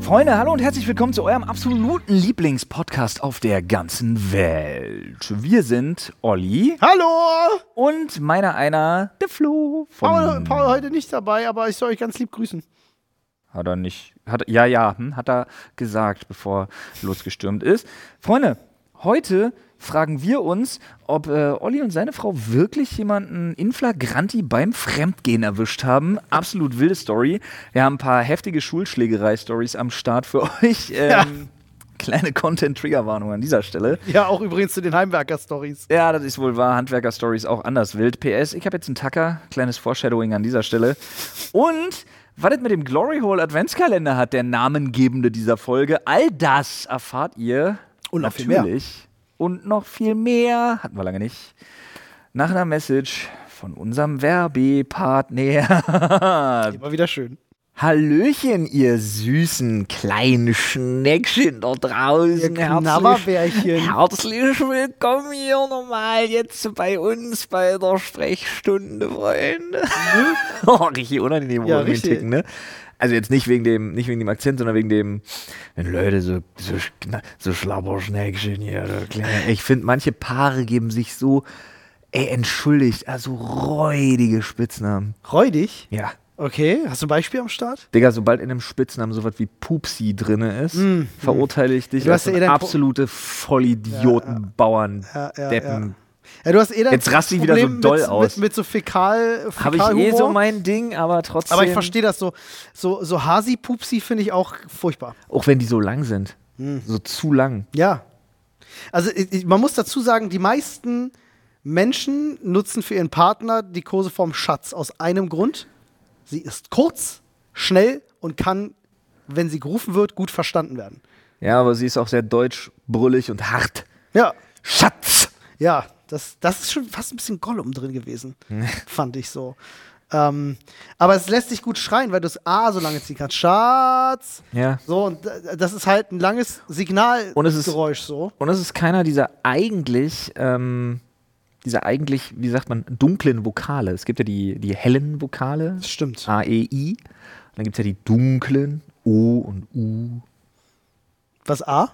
Freunde, hallo und herzlich willkommen zu eurem absoluten Lieblingspodcast auf der ganzen Welt. Wir sind Olli Hallo! und meiner einer, der Flo. Paul, Von, Paul heute nicht dabei, aber ich soll euch ganz lieb grüßen. hat er nicht, hat, ja, ja, hm, hat er gesagt, bevor losgestürmt ist. Freunde, heute fragen wir uns, ob äh, Olli und seine Frau wirklich jemanden in flagranti beim Fremdgehen erwischt haben. Absolut wilde Story. Wir haben ein paar heftige Schulschlägerei-Stories am Start für euch. Ähm, Ja. Kleine Content-Triggerwarnung an dieser Stelle. Ja, auch übrigens zu den Heimwerker-Stories. Ja, das ist wohl wahr. Handwerker-Stories auch anders wild. PS, ich habe jetzt einen Tacker. Kleines Foreshadowing an dieser Stelle. Und was das mit dem Glory Hole Adventskalender hat, der Namengebende dieser Folge, all das erfahrt ihr Und noch viel mehr. natürlich. Und noch viel mehr. Hatten wir lange nicht. Nach einer Message von unserem Werbepartner. Immer wieder schön. Hallöchen, ihr süßen kleinen Schneckchen da draußen. Ihr Knabberbärchen. herzlich willkommen hier nochmal jetzt bei uns bei der Sprechstunde, Freunde. oh, richtig unangenehm Mhm. Ja, irgendwie richtig. ticken, ne? Also jetzt nicht wegen dem, nicht wegen dem Akzent, sondern wegen dem, wenn Leute so, so, schna- so Schlabberschnäckchen hier, so kleine- ich finde, manche Paare geben sich so, ey, entschuldigt, also räudige Spitznamen. Räudig? Ja. Okay, hast du ein Beispiel am Start? Digga, sobald in einem Spitznamen sowas wie Pupsi drinne ist, verurteile ich dich Mm, Du hast als ja eh einen dein Pro- absolute Vollidioten, Bauern, Ja, ja, Deppen. Ja, du hast eh dein Jetzt rast sie wieder so Problem doll mit, aus. Mit, mit so fäkal Habe ich eh Fäkalhumor. so mein Ding, aber trotzdem. Aber ich verstehe das so. So, so Hasi-Pupsi finde ich auch furchtbar. Auch wenn die so lang sind. Mm. So zu lang. Ja. Also ich, ich, man muss dazu sagen, die meisten Menschen nutzen für ihren Partner die Koseform Schatz aus einem Grund. Sie ist kurz, schnell und kann, wenn sie gerufen wird, gut verstanden werden. Ja, aber sie ist auch sehr deutsch, brüllig und hart. Ja, Schatz! ja, das, das ist schon fast ein bisschen Gollum drin gewesen, fand ich so. Ähm, aber es lässt sich gut schreien, weil du es A so lange ziehen kannst. Schatz! Ja. So, und d- das ist halt ein langes Signalgeräusch Und es ist- so. Und es ist keiner dieser eigentlich, ähm, dieser eigentlich, wie sagt man, dunklen Vokale. Es gibt ja die, die hellen Vokale. Das stimmt. A, E, I. Und dann gibt es ja die dunklen O und U. Was A?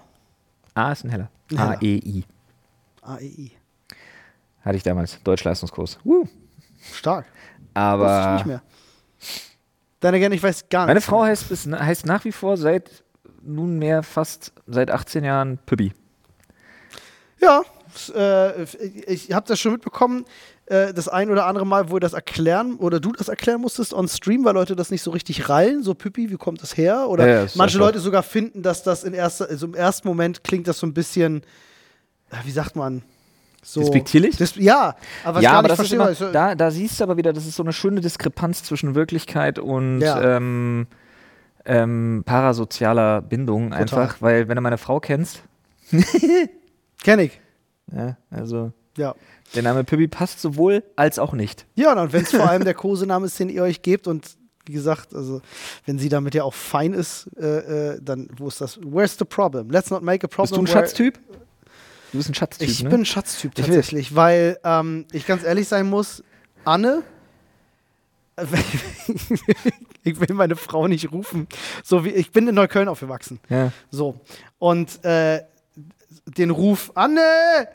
A ist ein heller. Heller. A-E-I. A, E, I. Hatte ich damals. Deutschleistungskurs. Uh. Stark. Wusste ich nicht Aber mehr. Dann again, ich weiß gar nicht. meine Frau heißt, bis, heißt nach wie vor seit nunmehr fast seit 18 Jahren Püppi. Ja, s- äh, ich habe das schon mitbekommen, äh, das ein oder andere Mal, wo ihr das erklären oder du das erklären musstest on Stream, weil Leute das nicht so richtig rallen, so Pippi, wie kommt das her? Oder Ja, ja, ist manche einfach- Leute sogar finden, dass das in erster, also im ersten Moment klingt das so ein bisschen, äh, wie sagt man, so. Despektierlich? Des, ja, aber was ich ja, gar aber nicht Also das ist verstehe, immer, weil ich- da, da siehst du aber wieder, das ist so eine schöne Diskrepanz zwischen Wirklichkeit und Ja. ähm, ähm, parasozialer Bindung einfach, weil wenn du meine Frau kennst, kenn ich. ja, also Ja. der Name Püppi passt sowohl als auch nicht. Ja, und wenn es vor allem der Kosename ist, den ihr euch gebt und wie gesagt, also wenn sie damit ja auch fein ist, äh, äh, dann wo ist das? Where's the problem? Let's not make a problem. Bist du ein where- Schatztyp? Du bist ein Schatztyp, Ich ne? bin ein Schatztyp Ich weiß. tatsächlich, weil ähm, ich ganz ehrlich sein muss, Anne, ich will meine Frau nicht rufen. So wie ich bin in Neukölln aufgewachsen. ja. So. Und äh, den Ruf Anne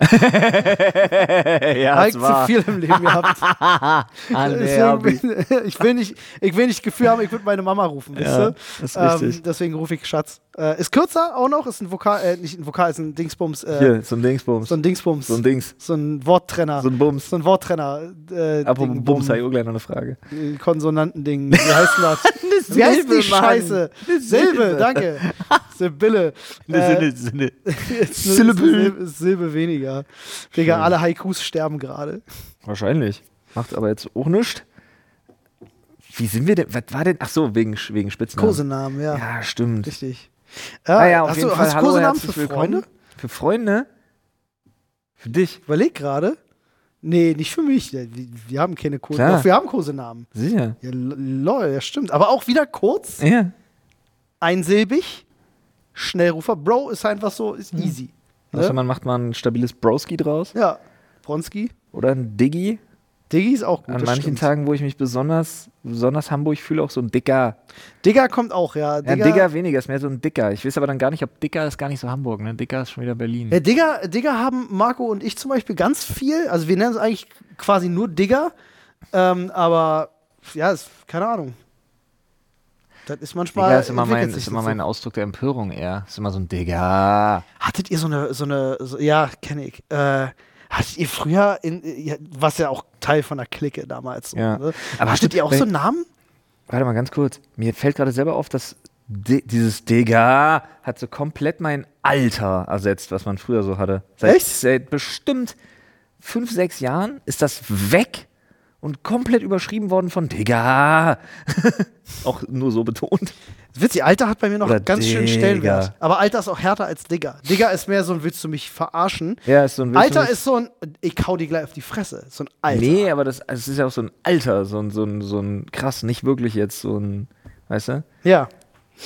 ja, habe ich zu viel im Leben gehabt. Äh, Deswegen bin, ich, will nicht, ich will nicht Gefühl haben, ich würde meine Mama rufen. Ja, weißt du? das ist richtig. Ähm, deswegen rufe ich Schatz. Äh, ist kürzer auch noch, ist ein Vokal, äh, nicht ein Vokal, ist ein Dingsbums, äh, Hier, so ein Dingsbums. so ein Ah. Dingsbums, So ein Dings. so ein Worttrenner. So ein Bums. So ein Worttrenner. Äh, Apropos Ding, Bums, habe Bum, ich auch gleich noch eine Frage. äh, Konsonantending. Wie heißt denn das? Wie heißt Silbe, die Mann. Scheiße? Eine Silbe, Silbe. danke. Sibylle. Äh, Sinne. ist eine Syllable. Silbe, Silbe weniger. Digga, alle Haikus sterben gerade. Wahrscheinlich. Macht aber jetzt auch nichts. Wie sind wir denn? Was war denn? Ach so, wegen, Sch- wegen Spitznamen. Kosenamen, ja. Ja, stimmt. Richtig. Äh, Ah ja, auf hast jeden du, Fall. hast du Hallo, Kosenamen herzlich für willkommen. Freunde? Für Freunde? Für dich? Überleg gerade. Nee, nicht für mich. Wir, wir haben keine Kosenamen. Klar. Doch, wir haben Kosenamen. Sicher. Ja, l- lol, ja, stimmt. Aber auch wieder kurz, Ja. einsilbig, Schnellrufer. Bro ist einfach so, ist easy. Also Ne? man macht mal ein stabiles Broski draus Ja, Bronski. oder ein Diggi Diggi ist auch gut. An das manchen stimmt. Tagen, wo ich mich besonders, besonders Hamburg fühle, auch so ein dicker. Digga kommt auch, ja. Ja, Digga, Digger, Digger weniger, ist mehr so ein dicker. Ich weiß aber dann gar nicht, ob dicker ist gar nicht so Hamburg, ne? Dicker ist schon wieder Berlin. Ja, Digga, Digga haben Marco und ich zum Beispiel ganz viel. Also wir nennen es eigentlich quasi nur Digga. Ähm, aber ja, ist, keine Ahnung. Das ist manchmal. Digger ist immer, entwickelt mein, sich ist das immer so. mein Ausdruck der Empörung eher. Ist immer so ein Digger. Hattet ihr so eine, so eine, so, ja, kenne ich. Äh, hattet ihr früher, in, ja, was ja auch Teil von der Clique damals. So, Ja. ne? Aber hattet stimmt, ihr auch weil- so einen Namen? Warte mal ganz kurz. Mir fällt gerade selber auf, dass di dieses Digga hat so komplett mein Alter ersetzt, was man früher so hatte. Seit, Echt? Seit bestimmt fünf, sechs Jahren ist das weg und komplett überschrieben worden von Digga. Auch nur so betont. Witzig, Alter hat bei mir noch Oder einen ganz schönen Digga. Stellenwert. Aber Alter ist auch härter als Digga. Digga ist mehr so ein, willst du mich verarschen? Ja, ist so ein Alter ist so ein, ich hau dir gleich auf die Fresse. So ein Alter. Nee, aber das, also es ist ja auch so ein Alter, so ein, so ein, so ein krass, nicht wirklich jetzt so ein, weißt du? Ja.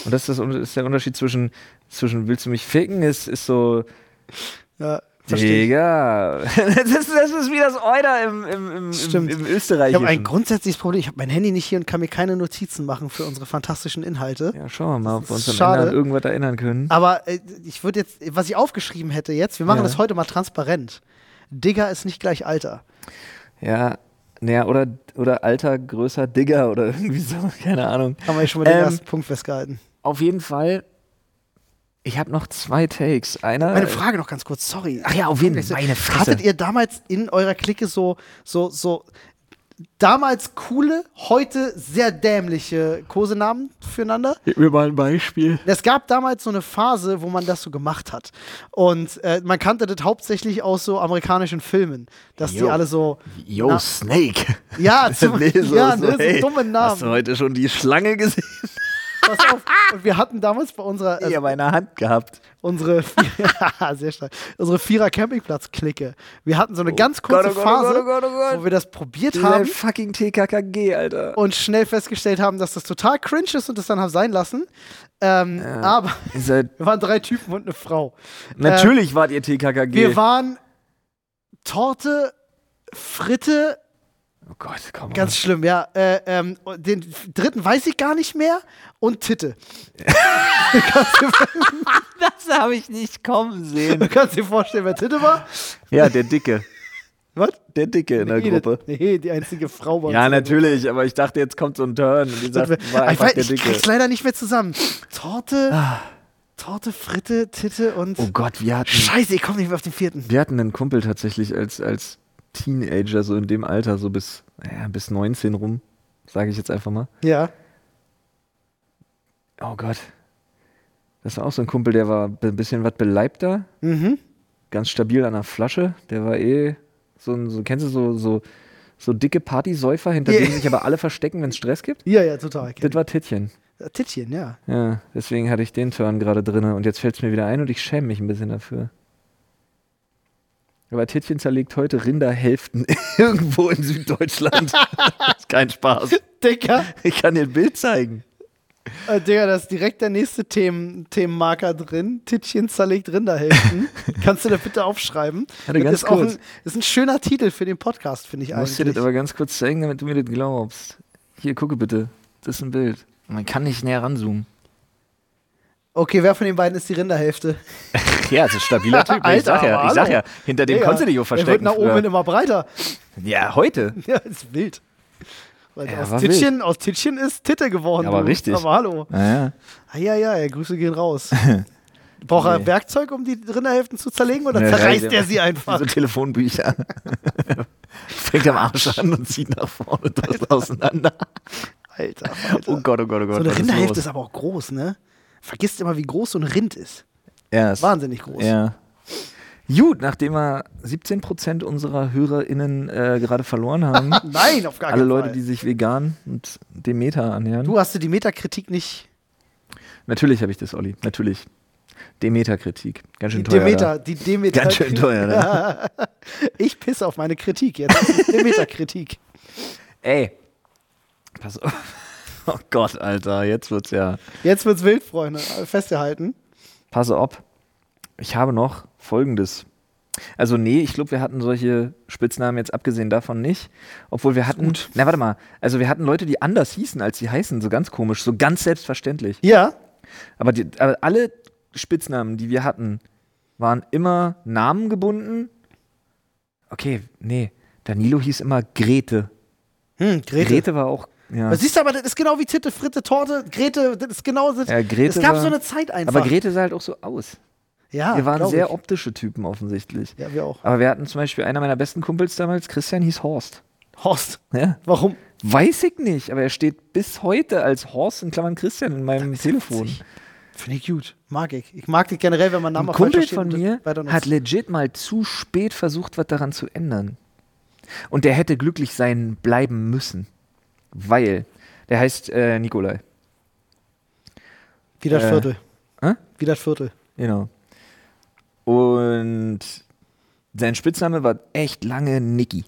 Und das ist, das, Un- ist der Unterschied zwischen, zwischen willst du mich ficken, ist, ist so, Ja, verstehe. Ich, Digga. Das ist, das ist wie das Euder im, im, im, im, im Stimmt. ich habe ein Österreichischen. grundsätzliches Problem. Ich habe mein Handy nicht hier und kann mir keine Notizen machen für unsere fantastischen Inhalte. Ja, schauen wir mal, ob wir uns ist am schade. Ende an irgendwas erinnern können. Aber äh, ich würde jetzt, was ich aufgeschrieben hätte jetzt, wir machen Ja. das heute mal transparent. Digga ist nicht gleich Alter. Ja, naja, oder, oder alter, größer Digger oder irgendwie so, keine Ahnung. Haben wir ja schon mal den Ähm, ersten Punkt festgehalten. Auf jeden Fall, ich habe noch zwei Takes. Einer. Meine Frage noch ganz kurz, sorry. äh, Ach ja, auf jeden Fall. Meine Fresse. Hattet ihr damals in eurer Clique so, so, so damals coole, heute sehr dämliche Kosenamen füreinander? Gib mir mal ein Beispiel. Es gab damals so eine Phase, wo man das so gemacht hat. Und äh, man kannte das hauptsächlich aus so amerikanischen Filmen, dass Yo. die alle so, Yo, Na- Snake. ja, zum, Nee, so, ja, so, ne, so hey, dumme Hast Namen. du heute schon die Schlange gesehen? Pass auf. Und wir hatten damals bei unserer, also Die aber in der Hand gehabt. unsere, Ja, sehr stark, unsere Vierer Campingplatz-Clique. Wir hatten so eine ganz Gott, kurze oh Gott, oh Gott, Phase, oh Gott, oh Gott. wo wir das probiert Dieser haben fucking TKKG, Alter. und schnell festgestellt haben, dass das total cringe ist und das dann haben sein lassen. Ähm, Aber Ihr seid wir waren drei Typen und eine Frau. Natürlich wart ihr TKKG. Wir waren Torte, Fritte, oh Gott, komm. ganz schlimm, ja. Äh, ähm, und den dritten weiß ich gar nicht mehr und Titte. das habe ich nicht kommen sehen. Du kannst dir vorstellen, wer Titte war. ja, der Dicke. Was? Der Dicke in der Nee, das- Gruppe. Nee, die einzige Frau war Ja, natürlich, aber ich dachte, jetzt kommt so ein Turn. Und die sagt, war ich, einfach weiß, der ich Dicke. Ah. krieg's leider nicht mehr zusammen. Torte, Torte, Fritte, Titte und. Oh Gott, wir hatten, Scheiße, ich komme nicht mehr auf den vierten. wir hatten einen Kumpel tatsächlich als, als Teenager, so in dem Alter, so bis, naja, bis 19 rum, sage ich jetzt einfach mal. Ja. Oh Gott. Das war auch so ein Kumpel, der war ein bisschen was beleibter. Mhm. ganz stabil an der Flasche. Der war eh so ein, so, kennst du so, so, so dicke Partysäufer, hinter Ja. denen sich aber alle verstecken, wenn es Stress gibt? Ja, ja, total. Äh, Das war Tittchen. Tittchen, ja. Ja, deswegen hatte ich den Turn gerade drinne und jetzt fällt es mir wieder ein und ich schäme mich ein bisschen dafür. Aber Tittchen zerlegt heute Rinderhälften irgendwo in Süddeutschland. ist kein Spaß. Dicker. Ich kann dir ein Bild zeigen. Äh, Digga, da ist direkt der nächste Themen Themenmarker drin. Tittchen zerlegt Rinderhälften. Kannst du da bitte aufschreiben? Warte, ganz ist, auch kurz. ein, ist ein schöner Titel für den Podcast, finde ich Ich muss dir das eigentlich. aber ganz kurz zeigen, damit du mir das glaubst. Hier, gucke bitte. Das ist ein Bild. Man kann nicht näher ranzoomen. Okay, wer von den beiden ist die Rinderhälfte? Ja, es ist ein stabiler Typ. ich Alter, sag ja, aber ich sag hallo. ja, hinter dem Digga, konntest du dich auch Er wird verstecken. nach oben hin früher. immer breiter. Ja, heute. Ja, ist wild. Weil Ja, aus, war Tittchen, aus Tittchen ist Titte geworden. Ja, aber du. richtig. Aber hallo. Naja. Ah, ja, ja, ja, Grüße gehen raus. Braucht er Nee. Werkzeug, um die Rinderhälften zu zerlegen oder Nee, zerreißt reicht er immer. sie einfach? So Telefonbücher. Fängt am Arsch an und zieht nach vorne das auseinander. Alter, Oh Alter. Gott, oh Gott, oh Gott. So was eine ist Rinderhälfte los? ist aber auch groß, ne? Vergisst immer, wie groß so ein Rind ist. ja, ist Wahnsinnig groß. Ja. Gut, nachdem wir 17% unserer HörerInnen äh, gerade verloren haben, Nein, auf gar alle keinen Leute, Fall. die sich vegan und Demeter annähern. du hast dir die Metakritik nicht. Natürlich habe ich das, Olli. Natürlich. Demeter-Kritik. Ganz schön Die teuer. da. Demeter, die Demeter. Ganz schön teuer, ne? Ich pisse auf meine Kritik jetzt. Das ist Demeter-Kritik. Ey. Pass auf. Oh Gott, Alter, jetzt wird's ja. Jetzt wird's wild, Freunde. Festgehalten. Pass auf. Ich habe noch folgendes Also nee, ich glaube, wir hatten solche Spitznamen jetzt abgesehen davon nicht. Obwohl wir hatten, na warte mal, also wir hatten Leute, die anders hießen, als sie heißen, so ganz komisch, so ganz selbstverständlich. Ja, Aber, die, aber alle Spitznamen, die wir hatten, waren immer namengebunden. Okay, nee, Danilo hieß immer Grete. hm, Grete. Grete war auch, ja. Aber Siehst du, aber das ist genau wie Titte, Fritte, Torte, Grete, das ist genau das. Ja, Grete es gab war- so eine Zeit einfach. Aber Grete sah halt auch so aus. ja, wir waren Ah, glaub sehr ich. optische Typen offensichtlich. Ja, wir auch. Aber wir hatten zum Beispiel einer meiner besten Kumpels damals, Christian, hieß Horst. Horst, Ja. warum? Weiß ich nicht, aber er steht bis heute als Horst in Klammern Christian in meinem Telefon. Finde ich gut. Mag ich. Ich mag das generell, wenn man Namen Ein auf Kumpel falscher von steht und mir weiter nutzt. hat legit mal zu spät versucht, was daran zu ändern. Und der hätte glücklich sein bleiben müssen. Weil der heißt äh, Nikolai. Wie das äh, Viertel. hä? Wie das Viertel. Genau. Und sein Spitzname war echt lange Niki.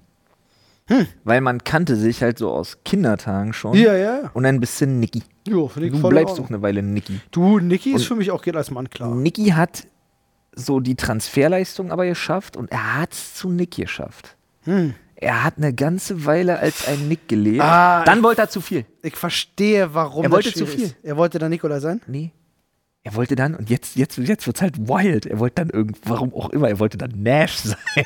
Weil man kannte sich halt so aus Kindertagen schon. Hm. Ja, ja, ja. Und ein bisschen Niki. Jo, finde ich Du voll in bleibst doch Ordnung. eine Weile Niki. Du, Niki ist Und- für mich auch geht als Mann klar. Niki hat so die Transferleistung aber geschafft und er hat es zu Nick geschafft. Hm. Er hat eine ganze Weile als ein Nick gelebt. Ah, Dann wollte er zu viel. Ich verstehe, warum Er das wollte zu schwierig viel. Ist. Er wollte dann Nikola sein? Nee. Er wollte dann, und jetzt, jetzt, jetzt wird es halt wild. Er wollte dann irgend, warum auch immer, er wollte dann Nash sein.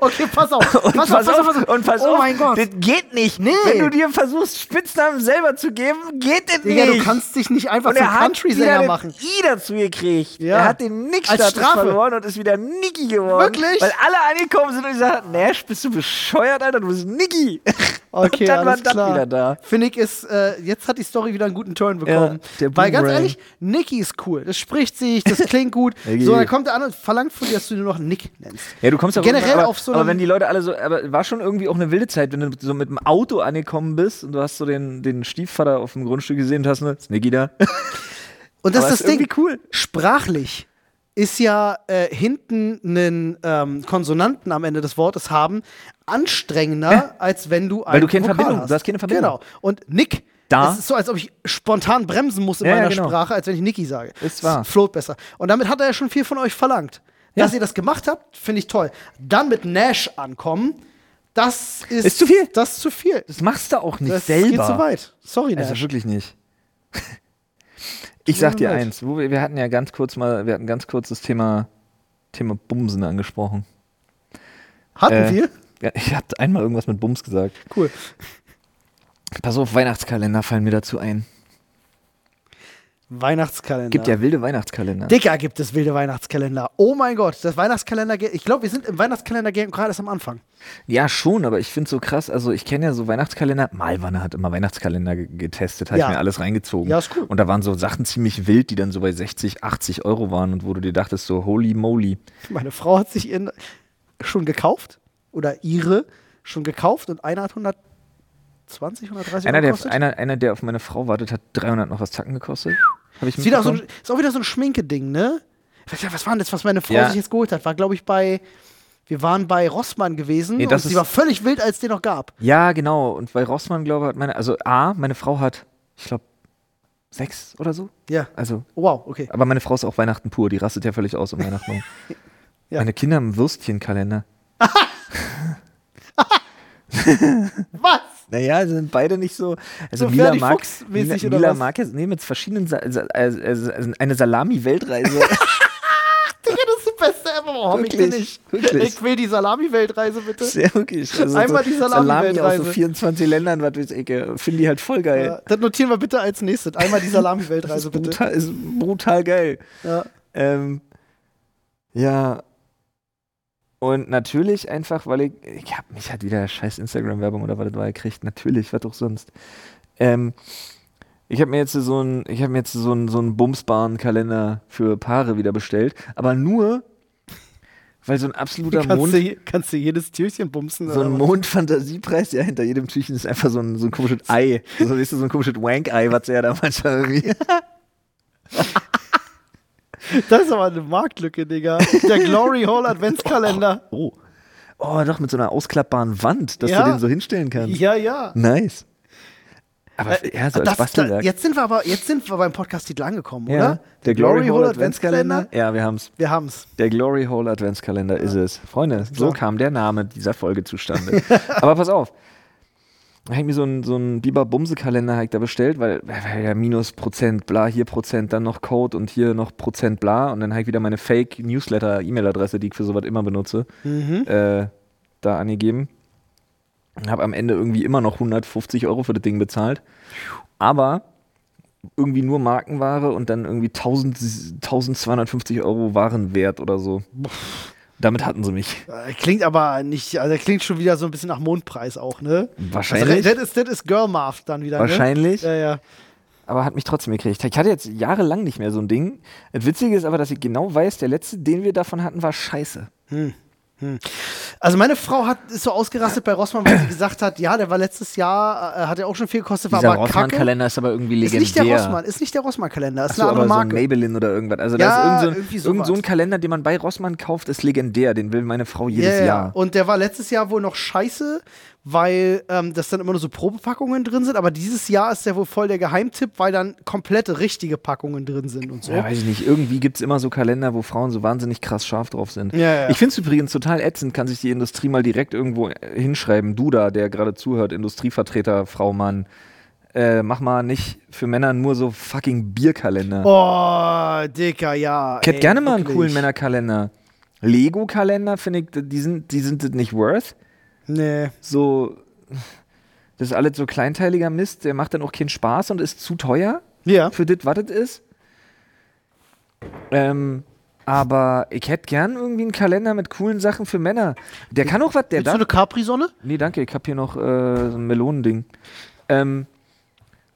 Okay, pass auf. pass, auf, pass auf, pass auf. und pass oh auf. mein Gott. Das geht nicht. Nee. Wenn du dir versuchst, Spitznamen selber zu geben, geht das Digga, nicht. du kannst dich nicht einfach und zum er hat wieder Country-Sänger den machen. I dazu gekriegt. Ja. Er hat den nick status Als Strafe. verloren und ist wieder Nicky geworden. Wirklich? Weil alle angekommen sind und gesagt haben, Nash, bist du bescheuert, Alter, du bist Nicky. Okay, und dann alles war das klar. wieder da. Finde ich ist, äh, jetzt hat die Story wieder einen guten Turn bekommen. der Weil ganz Boomerang. ehrlich, Nicky ist cool. Das spricht sich, das klingt gut. Nicky. so, dann kommt der an und verlangt von dir, dass du dir noch Nick nennst. Ja, du kommst ja Generell irgendwann- aber, auf so aber einem- wenn die Leute alle so, aber war schon irgendwie auch eine wilde Zeit, wenn du so mit dem Auto angekommen bist und du hast so den, den Stiefvater auf dem Grundstück gesehen und hast ne, ist Nicky da. Und das Aber ist das ist irgendwie Ding. cool. Sprachlich ist ja äh, hinten einen ähm, Konsonanten am Ende des Wortes haben anstrengender, als wenn du einen du keine Vokal Verbindung- hast. du hast keine Verbindung. Genau. Und Nick, Da- es ist so, als ob ich spontan bremsen muss in Ja, ja, meiner genau. Sprache, als wenn ich Nicky sage. Ist wahr. Es float besser. Und damit hat er ja schon viel von euch verlangt. Ja. Dass ihr das gemacht habt, finde ich toll. Dann mit Nash ankommen, das ist, Ist zu viel. Das ist zu viel. Das machst du auch nicht das selber. geht zu weit. Sorry, Nash. Also wirklich nicht. Ich sag mir dir leid. eins, wo wir, wir hatten ja ganz kurz mal, wir hatten ganz kurz das Thema, Thema Bumsen angesprochen. Hatten Äh, wir? Ja, ich hab einmal irgendwas mit Bums gesagt. Cool. Pass auf, Weihnachtskalender fallen mir dazu ein. Weihnachtskalender. Gibt ja wilde Weihnachtskalender. Dicker gibt es wilde Weihnachtskalender. Oh mein Gott, das Weihnachtskalender. Ich glaube, wir sind im Weihnachtskalender gerade erst am Anfang. Ja, schon, aber ich find's so krass. Also, ich kenne ja so Weihnachtskalender. Malwanne hat immer Weihnachtskalender ge- getestet, hat Ja. ich mir alles reingezogen. Ja, ist cool. Und da waren so Sachen ziemlich wild, die dann so bei 60, 80 Euro waren und wo du dir dachtest, so, holy moly. Meine Frau hat sich in, schon gekauft oder ihre schon gekauft und einer hat 120, 130 Einer der, gekostet. einer, einer, der auf meine Frau wartet, hat 300 noch was Tacken gekostet. Hab ich ist, wieder so ein, mitbekommen. ist auch wieder so ein Schminke-Ding, ne? Ich weiß ja, Was war denn das, was meine Frau Ja. sich jetzt geholt hat? War, glaube ich, bei. Wir waren bei Rossmann gewesen Nee, und das sie ist- war völlig wild, als es den noch gab. Ja, genau. Und bei Rossmann, glaube ich, hat meine, also A, meine Frau hat, ich glaube, sechs oder so. Ja. Also, Oh, wow, okay. aber meine Frau ist auch Weihnachten pur, die rastet ja völlig aus um Weihnachten. rum. Ja. Meine Kinder haben einen Würstchenkalender. Was? Naja, sind beide nicht so. Also So Mila Ferdi mag, Mila, Fuchs-mäßig oder Mila was? mag jetzt, nee, mit verschiedenen, Sa Sa also, also eine Salami-Weltreise. Digga, das ist das Beste ever. Warum ich den Wirklich, nicht? wirklich. Ich will die Salami-Weltreise, bitte. Sehr wirklich. Also Einmal die aus so Salami-Weltreise. 24 Ländern, was weiß ich, äh, finde ich halt voll geil. Ja, das notieren wir bitte als nächstes. Einmal die Das Salami-Weltreise, ist bitte. brutal, ist brutal geil. Ja. Ähm, ja. Und natürlich einfach, weil ich, ich hab mich halt wieder scheiß Instagram-Werbung oder was das war gekriegt. Natürlich, was auch sonst. Ähm, ich habe mir jetzt so einen, ich habe mir jetzt so einen, so einen Bumsbaren-Kalender für Paare wieder bestellt, aber nur, weil so ein absoluter Kannst Mond, du, kannst du jedes Türchen bumsen? so ein oder was? Mondfantasiepreis, ja, hinter jedem Türchen ist einfach so ein, so ein komisches Ei. So, weißt du, so ein komisches Wank-Ei, was ja da manchmal irgendwie. das ist aber eine Marktlücke, Digga. Der Glory Hall Adventskalender. Oh. Oh, doch, mit so einer ausklappbaren Wand, dass Ja. du den so hinstellen kannst. Ja, ja. Nice. Aber Äh, ja, so als das- Bastelwerk. jetzt sind wir aber jetzt sind wir beim Podcast-Titel angekommen, ja, oder? Der Glory Hole Adventskalender. Ja, wir haben's. Wir haben's. Der Glory Hole Adventskalender ist es. Freunde, so kam der Name dieser Folge zustande. Aber pass auf. Da hab ich mir so einen so einen Biber-Bumse-Kalender hab ich da bestellt, weil, weil ja minus Prozent, bla, hier Prozent, dann noch Code und hier noch Prozent, bla. Und dann habe ich wieder meine Fake-Newsletter-E-Mail-Adresse, die ich für sowas immer benutze, äh, da angegeben. Und habe am Ende irgendwie immer noch 150 Euro für das Ding bezahlt. Aber irgendwie nur Markenware und dann irgendwie 1000, 1250 Euro Warenwert oder so. Damit hatten sie mich. Äh, Klingt aber nicht, also klingt schon wieder so ein bisschen nach Mondpreis auch, ne? Wahrscheinlich. Also, das ist, das ist Girlmath dann wieder, Wahrscheinlich. ne? Ja, ja. Aber hat mich trotzdem gekriegt. Ich hatte jetzt jahrelang nicht mehr so ein Ding. Das Witzige ist aber, dass ich genau weiß, der letzte, den wir davon hatten, war scheiße. Also meine Frau hat, ist so ausgerastet bei Rossmann, weil sie gesagt hat, ja, der war letztes Jahr, äh, hat ja auch schon viel gekostet, war aber kacke. ist aber irgendwie Ist nicht der Rossmann, ist nicht der Rossmann-Kalender, ist Achso, eine aber andere so ein Marke. Maybelline oder irgendwas. Also Ja, da ist irgend so irgendwie ein, sowas. irgend so ein Kalender, den man bei Rossmann kauft, ist legendär. Den will meine Frau Ja, jedes ja. Jahr. Und der war letztes Jahr wohl noch scheiße, weil ähm, das dann immer nur so Probepackungen drin sind. Aber dieses Jahr ist der wohl voll der Geheimtipp, weil dann komplette richtige Packungen drin sind und so. Ja, weiß ich nicht. Irgendwie gibt es immer so Kalender, wo Frauen so wahnsinnig krass scharf drauf sind. Ja, ja. Ich finde es übrigens total ätzend, kann sich die Industrie mal direkt irgendwo äh, hinschreiben. Du da, der gerade zuhört, Industrievertreter, Frau Mann, äh, mach mal nicht für Männer nur so fucking Bierkalender. Boah, Oh, Dicker, ja. ich hätte ey, gerne mal einen wirklich. coolen Männerkalender. Lego-Kalender, finde ich, die sind, die sind das nicht worth. Nee. So, das ist alles so kleinteiliger Mist, der macht dann auch keinen Spaß und ist zu teuer. Ja. für das, was das ist. Ähm, aber ich hätte gern irgendwie einen Kalender mit coolen Sachen für Männer. Der kann auch was, der Willst du darf. eine Capri-Sonne? Nee, danke, ich habe hier noch äh, so ein Melonending. Ähm,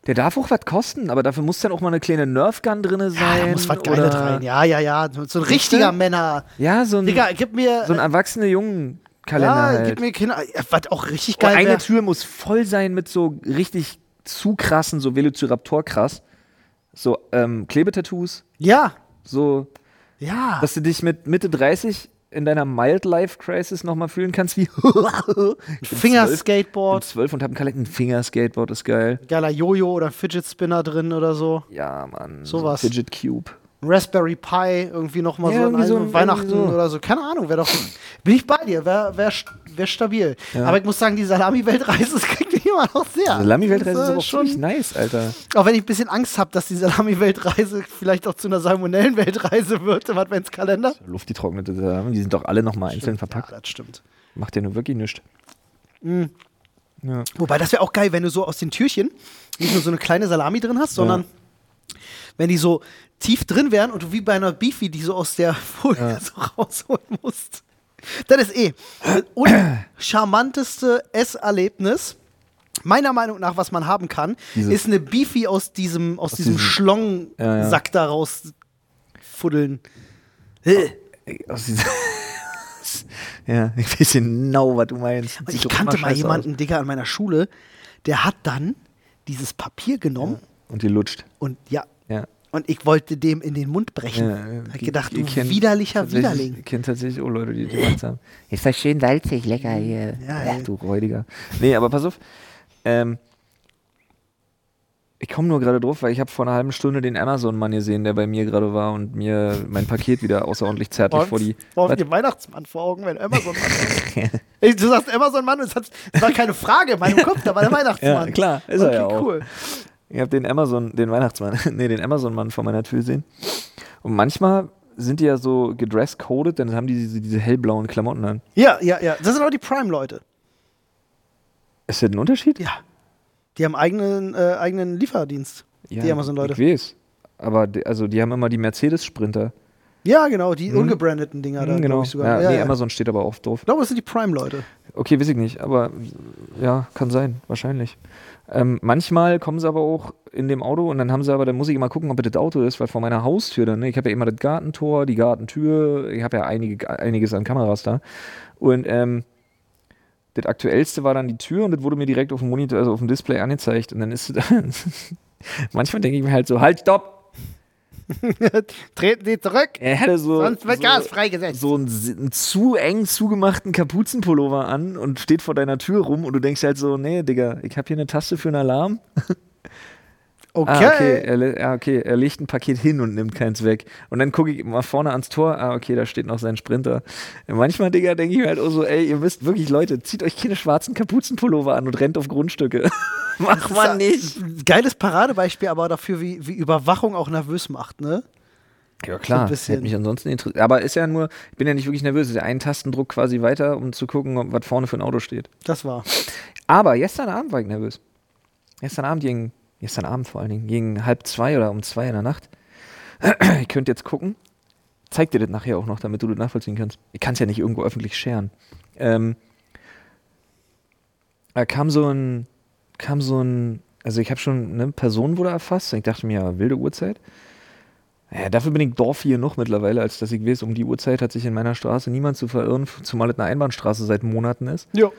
der darf auch was kosten, aber dafür muss dann auch mal eine kleine Nerfgun drin sein. Ja, Ah, da muss was oder- Geiles rein. Ja, ja, ja. So ein richtiger Männer. Ja, so ein, Digga, gib mir. so ein erwachsener Jungen-Kalender. äh, ja, halt. gib mir Kinder. Ja, Was auch richtig Und geil eine wär. Tür muss voll sein mit so richtig zu krassen, so Velociraptor-krass. So ähm, Klebetattoos, Ja. so Ja. dass du dich mit Mitte 30 in deiner Mild-Life-Crisis nochmal fühlen kannst wie bin Fingerskateboard. 12 und hab einen Kalender. Ein Fingerskateboard ist geil. Geiler Jojo oder Fidget Spinner drin oder so. Ja, Mann. Sowas. Fidget Cube. Raspberry Pi irgendwie nochmal Ja, so, irgendwie an so, einem irgendwie Weihnachten so. oder so. Keine Ahnung, wäre doch. Bin ich bei dir, wäre wär, st- wär stabil. Aber ich muss sagen, die Salami-Weltreise, das kriegt mich immer noch sehr. Salami-Weltreise ist Das, äh, aber ne? schon. schon nice, Alter. Auch wenn ich ein bisschen Angst habe, dass die Salami-Weltreise vielleicht auch zu einer Salmonellen-Weltreise wird, im Adventskalender. Luft, die trocknete Salami, die sind doch alle nochmal einzeln verpackt. Ja, das stimmt. Macht dir nur wirklich nichts. Wobei, das wäre auch geil, wenn du so aus den Türchen nicht nur so eine kleine Salami drin hast, sondern wenn die so tief drin wären und du wie bei einer Beefy die so aus der Folie so rausholen musst. Das ist eh das un- charmanteste Esserlebnis, meiner Meinung nach, was man haben kann, Dieses- ist eine Beefy aus diesem, aus diesem, diesem- Schlongsack Ja, ja. da rausfuddeln. Äh. Ey, aus dieser- ja, ich weiß genau, was du meinst. Und Sieht ich doch kannte immer mal scheiße aus. jemanden, Digga, an meiner Schule, der hat dann dieses Papier genommen Und die lutscht. und ja, Ja. und ich wollte dem in den Mund brechen. ja hab die- gedacht, die du kennen widerlicher tatsächlich- Widerling. Ich kenne tatsächlich auch Leute, die das gemacht haben. Ist das schön salzig, lecker hier. Mhm. Ja, Ach ey. du Räudiger. Nee, aber pass auf. Ähm, ich komme nur gerade drauf, weil ich habe vor einer halben Stunde den Amazon-Mann gesehen, der bei mir gerade war und mir mein Paket wieder außerordentlich zärtlich vor die. Vor Was? dem Weihnachtsmann vor Augen, wenn Amazon Mann. Ey, du sagst Amazon Mann und es hat- es war keine Frage in meinem Kopf, da war der Weihnachtsmann. Ja, klar, ist er ja auch. cool. Ich habe den Amazon, den Weihnachtsmann, nee, den Amazon-Mann vor meiner Tür gesehen. Und manchmal sind die ja so gedresscoded, dann haben die diese, diese hellblauen Klamotten an. Ja, ja, ja. Das sind auch die Prime-Leute. Ist das ein Unterschied? Ja. Die haben eigenen, äh, eigenen Lieferdienst, die Amazon-Leute. Ich weiß. Aber die, also die haben immer die Mercedes-Sprinter. Ja, genau, die ungebrandeten Dinger da, Hm, Mhm. glaube genau. ich sogar. ja, Ja, nee, ja. Amazon steht aber oft drauf. Ich glaube, das sind die Prime-Leute. Okay, weiß ich nicht, aber ja, kann sein, wahrscheinlich. Ähm, manchmal kommen sie aber auch in dem Auto und dann haben sie aber, dann muss ich immer gucken, ob das Auto ist, weil vor meiner Haustür dann, ne, ich habe ja immer das Gartentor, die Gartentür, ich habe ja einige, einiges an Kameras da. Und ähm, das aktuellste war dann die Tür und das wurde mir direkt auf dem Monitor, also auf dem Display angezeigt. Und dann ist es dann, manchmal denke ich mir halt so, halt, stopp! Treten Sie zurück, Er hätte so. sonst wird so, Gas freigesetzt. so einen, si- einen zu eng zugemachten Kapuzenpullover an und steht vor deiner Tür rum und du denkst halt so, nee, Digga, ich habe hier eine Taste für einen Alarm. Okay. Ah, okay. Er, le- ah, okay, er legt ein Paket hin und nimmt keins weg. Und dann gucke ich mal vorne ans Tor. Ah, okay, da steht noch sein Sprinter. Manchmal, Digga, denke ich mir halt auch so, ey, ihr müsst wirklich, Leute, zieht euch keine schwarzen Kapuzenpullover an und rennt auf Grundstücke. Mach mal nicht. Geiles Paradebeispiel, aber dafür, wie, wie Überwachung auch nervös macht, ne? Ja, So klar. ein bisschen. Hätte mich ansonsten interessiert. Aber ist ja nur, ich bin ja nicht wirklich nervös. Es ist ja ein Tastendruck quasi weiter, um zu gucken, ob- was vorne für ein Auto steht. Das war. Aber gestern Abend war ich nervös. Gestern Abend gegen, gestern Abend vor allen Dingen, gegen halb zwei oder um zwei in der Nacht. Ihr könnt jetzt gucken. Zeig dir das nachher auch noch, damit du das nachvollziehen kannst. Ich kann es ja nicht irgendwo öffentlich scheren. Ähm, da kam so ein, kam so ein, also ich habe schon, eine Person wurde erfasst. Ich dachte mir, ja, wilde Uhrzeit. Ja, dafür bin ich Dorf hier noch mittlerweile, als dass ich weiß, um die Uhrzeit hat sich in meiner Straße niemand zu verirren, zumal es eine Einbahnstraße seit Monaten ist. Ja.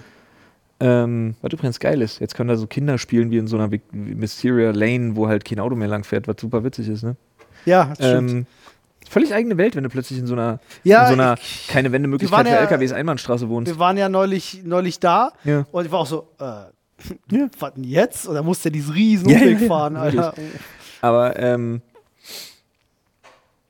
Ähm, was übrigens geil ist, jetzt können da so Kinder spielen wie in so einer Vic- Mysteria Lane, wo halt kein Auto mehr lang fährt, was super witzig ist, ne? Ja, das stimmt. Ähm, völlig eigene Welt, wenn du plötzlich in so einer, Ja, in so einer ich- keine wir Wendemöglichkeit waren für ja- LKWs Einbahnstraße wohnst. Wir waren ja neulich, neulich da Ja. und ich war auch so, äh, Ja. was denn jetzt? Und dann musste er diesen riesen Ja, ja, Umweg ja, fahren, Alter. Aber ähm,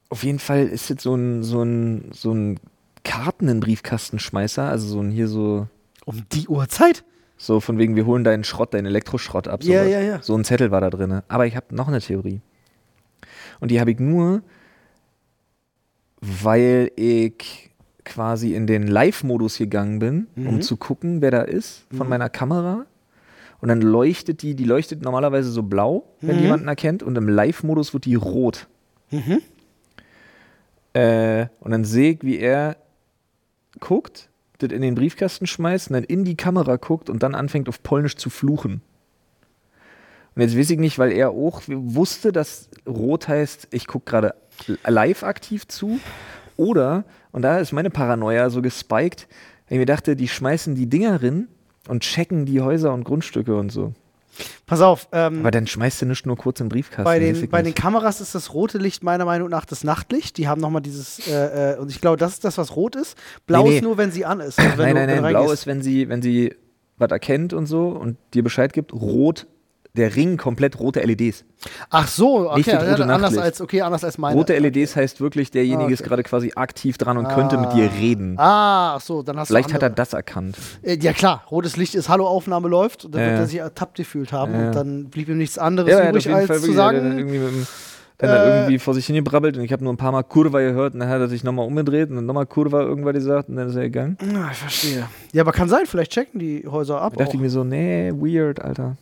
auf jeden Fall ist jetzt so ein, so ein, so ein Karten in den Briefkastenschmeißer, also so ein hier so, Um die Uhrzeit? so von wegen, wir holen deinen Schrott, deinen Elektroschrott ab. Ja, sowas. ja, ja. So ein Zettel war da drin. Aber ich habe noch eine Theorie. Und die habe ich nur, weil ich quasi in den Live-Modus gegangen bin, Mhm. um zu gucken, wer da ist, von meiner Kamera. Und dann leuchtet die, die leuchtet normalerweise so blau, Mhm. wenn jemanden erkennt. Und im Live-Modus wird die rot. Äh, und dann sehe ich, wie er guckt, das in den Briefkasten schmeißt und dann in die Kamera guckt und dann anfängt auf Polnisch zu fluchen. Und jetzt weiß ich nicht, weil er auch wusste, dass rot heißt, ich gucke gerade live aktiv zu. Oder, und da ist meine Paranoia so gespiked, weil ich mir dachte, die schmeißen die Dinger rin und checken die Häuser und Grundstücke und Mhm. so. Pass auf, ähm, Aber dann schmeißt du nicht nur kurz in den Briefkasten. bei, weiß den, ich bei den nicht. Kameras ist das rote Licht meiner Meinung nach das Nachtlicht. Die haben nochmal dieses, äh, äh, und ich glaube, das ist das, was rot ist. Blau Nee, nee. ist nur, wenn sie an ist. Also nein, wenn du- nein, wenn nein. du Blau reingehst. ist, wenn sie, wenn sie was erkennt und so und dir Bescheid gibt. Rot, der Ring komplett rote E LEDs. Ach so, okay, Nicht das rote ja, anders, Nachtlicht. als, okay anders als meine. Rote LEDs heißt wirklich, derjenige Ah, okay. ist gerade quasi aktiv dran und könnte mit dir reden. Ah, ach so, dann hast Vielleicht du. hat er andere- das erkannt. Äh, ja, klar, rotes Licht ist Hallo, Aufnahme läuft. Und dann Ja, wird ja. er sich ertappt gefühlt haben. Ja, ja. Und dann blieb ihm nichts anderes Ja, ja, übrig, auf jeden als Fall zu wirklich, der dann sagen. irgendwie, mit dem, dann da äh, irgendwie vor sich hingebrabbelt und ich habe nur ein paar Mal Kurva gehört und dann hat er sich nochmal umgedreht und dann nochmal Kurva irgendwann gesagt und dann ist er gegangen. Da Na, "Ah, ich verstehe. Ja, aber kann sein, vielleicht checken die Häuser ab. dachte ich Auch. mir so, nee, weird, Alter.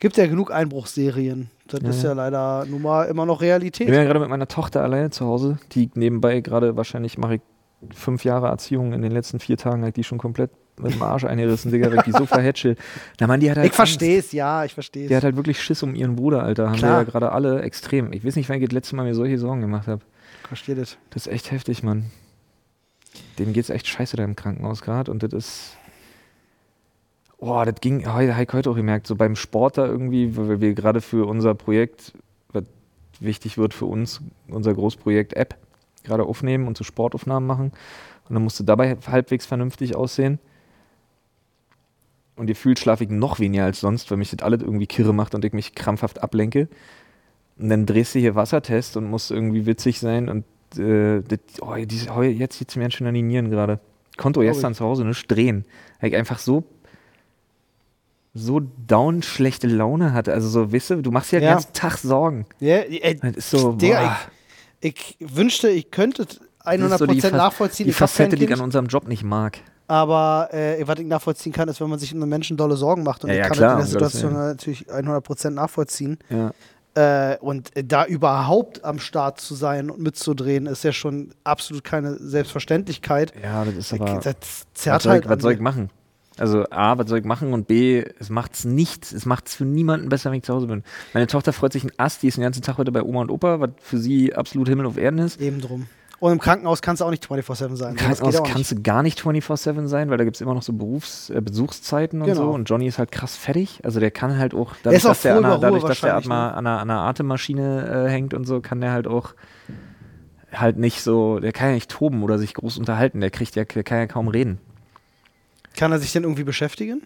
Gibt ja genug Einbruchserien. Das ist ja leider nun mal immer noch Realität. Ich bin ja gerade mit meiner Tochter alleine zu Hause, die ich nebenbei gerade wahrscheinlich mache ich fünf Jahre Erziehung in den letzten vier Tagen, hat die schon komplett mit dem Arsch eingerissen, Digga, weil ich die so verhätschel. Na Mann, die hat halt ich verstehe es, ja, ich verstehe Die hat es. halt wirklich Schiss um ihren Bruder, Alter. Haben Klar. wir ja gerade alle extrem. Ich weiß nicht, wann ich das letzte Mal mir solche Sorgen gemacht habe. Ich verstehe das. Das ist echt heftig, Mann. Dem geht's echt scheiße da im Krankenhaus gerade und das ist. Boah, das ging, heute habe ich heute auch gemerkt, so beim Sport da irgendwie, weil wir gerade für unser Projekt, was wichtig wird für uns, unser Großprojekt App, gerade aufnehmen und so Sportaufnahmen machen. Und dann musste dabei halbwegs vernünftig aussehen. Und gefühlt schlafe ich noch weniger als sonst, weil mich das alles irgendwie kirre macht und ich mich krampfhaft ablenke. Und dann drehst du hier Wassertest und musst irgendwie witzig sein und äh, das, oh, diese, heu- jetzt sieht es mir ganz schön an die Nieren gerade. Konto gestern zu Hause nicht drehen. Weil ich einfach so so down schlechte Laune hatte. Also so, weißt du, du machst dir ja. den Ja. ganzen Tag Sorgen. Ja, ey, Das ist so, boah, Digga, ich, ich wünschte, ich könnte es das 100% ist so die, Fa- nachvollziehen. die Ich hab kein Facette, die ich Kind. an unserem Job nicht mag. Aber äh, was ich nachvollziehen kann, ist, wenn man sich um einen Menschen dolle Sorgen macht. Und Ja, ich ja, kann klar, das um in der Gottes Situation natürlich 100% nachvollziehen. Ja. Äh, und äh, da überhaupt am Start zu sein und mitzudrehen, ist ja schon absolut keine Selbstverständlichkeit. Ja, das ist Da- aber. das Was zerrt soll, halt ich, was an soll mir. ich machen? Also A, was soll ich machen? Und B, es macht's nichts. Es macht's für niemanden besser, wenn ich zu Hause bin. Meine Tochter freut sich ein Ast, die ist den ganzen Tag heute bei Oma und Opa, was für sie absolut Himmel auf Erden ist. Eben drum. Und im Krankenhaus kannst du auch nicht 24-7 sein. Im Das geht Krankenhaus auch also kannst du gar nicht 24-7 sein, weil da gibt's immer noch so Berufs-, äh, Besuchszeiten und Genau. so. Und Johnny ist halt krass fertig. Also der kann halt auch, dadurch, ist auch dass der, froh an, einer- über Ruhe dadurch, dass der an, wahrscheinlich, einer- ne? an, einer, an einer Atemmaschine äh, hängt und so, kann der halt auch halt nicht so, der kann ja nicht toben oder sich groß unterhalten. Der kriegt ja, der kann ja kaum reden. nicht. Kann er sich denn irgendwie beschäftigen?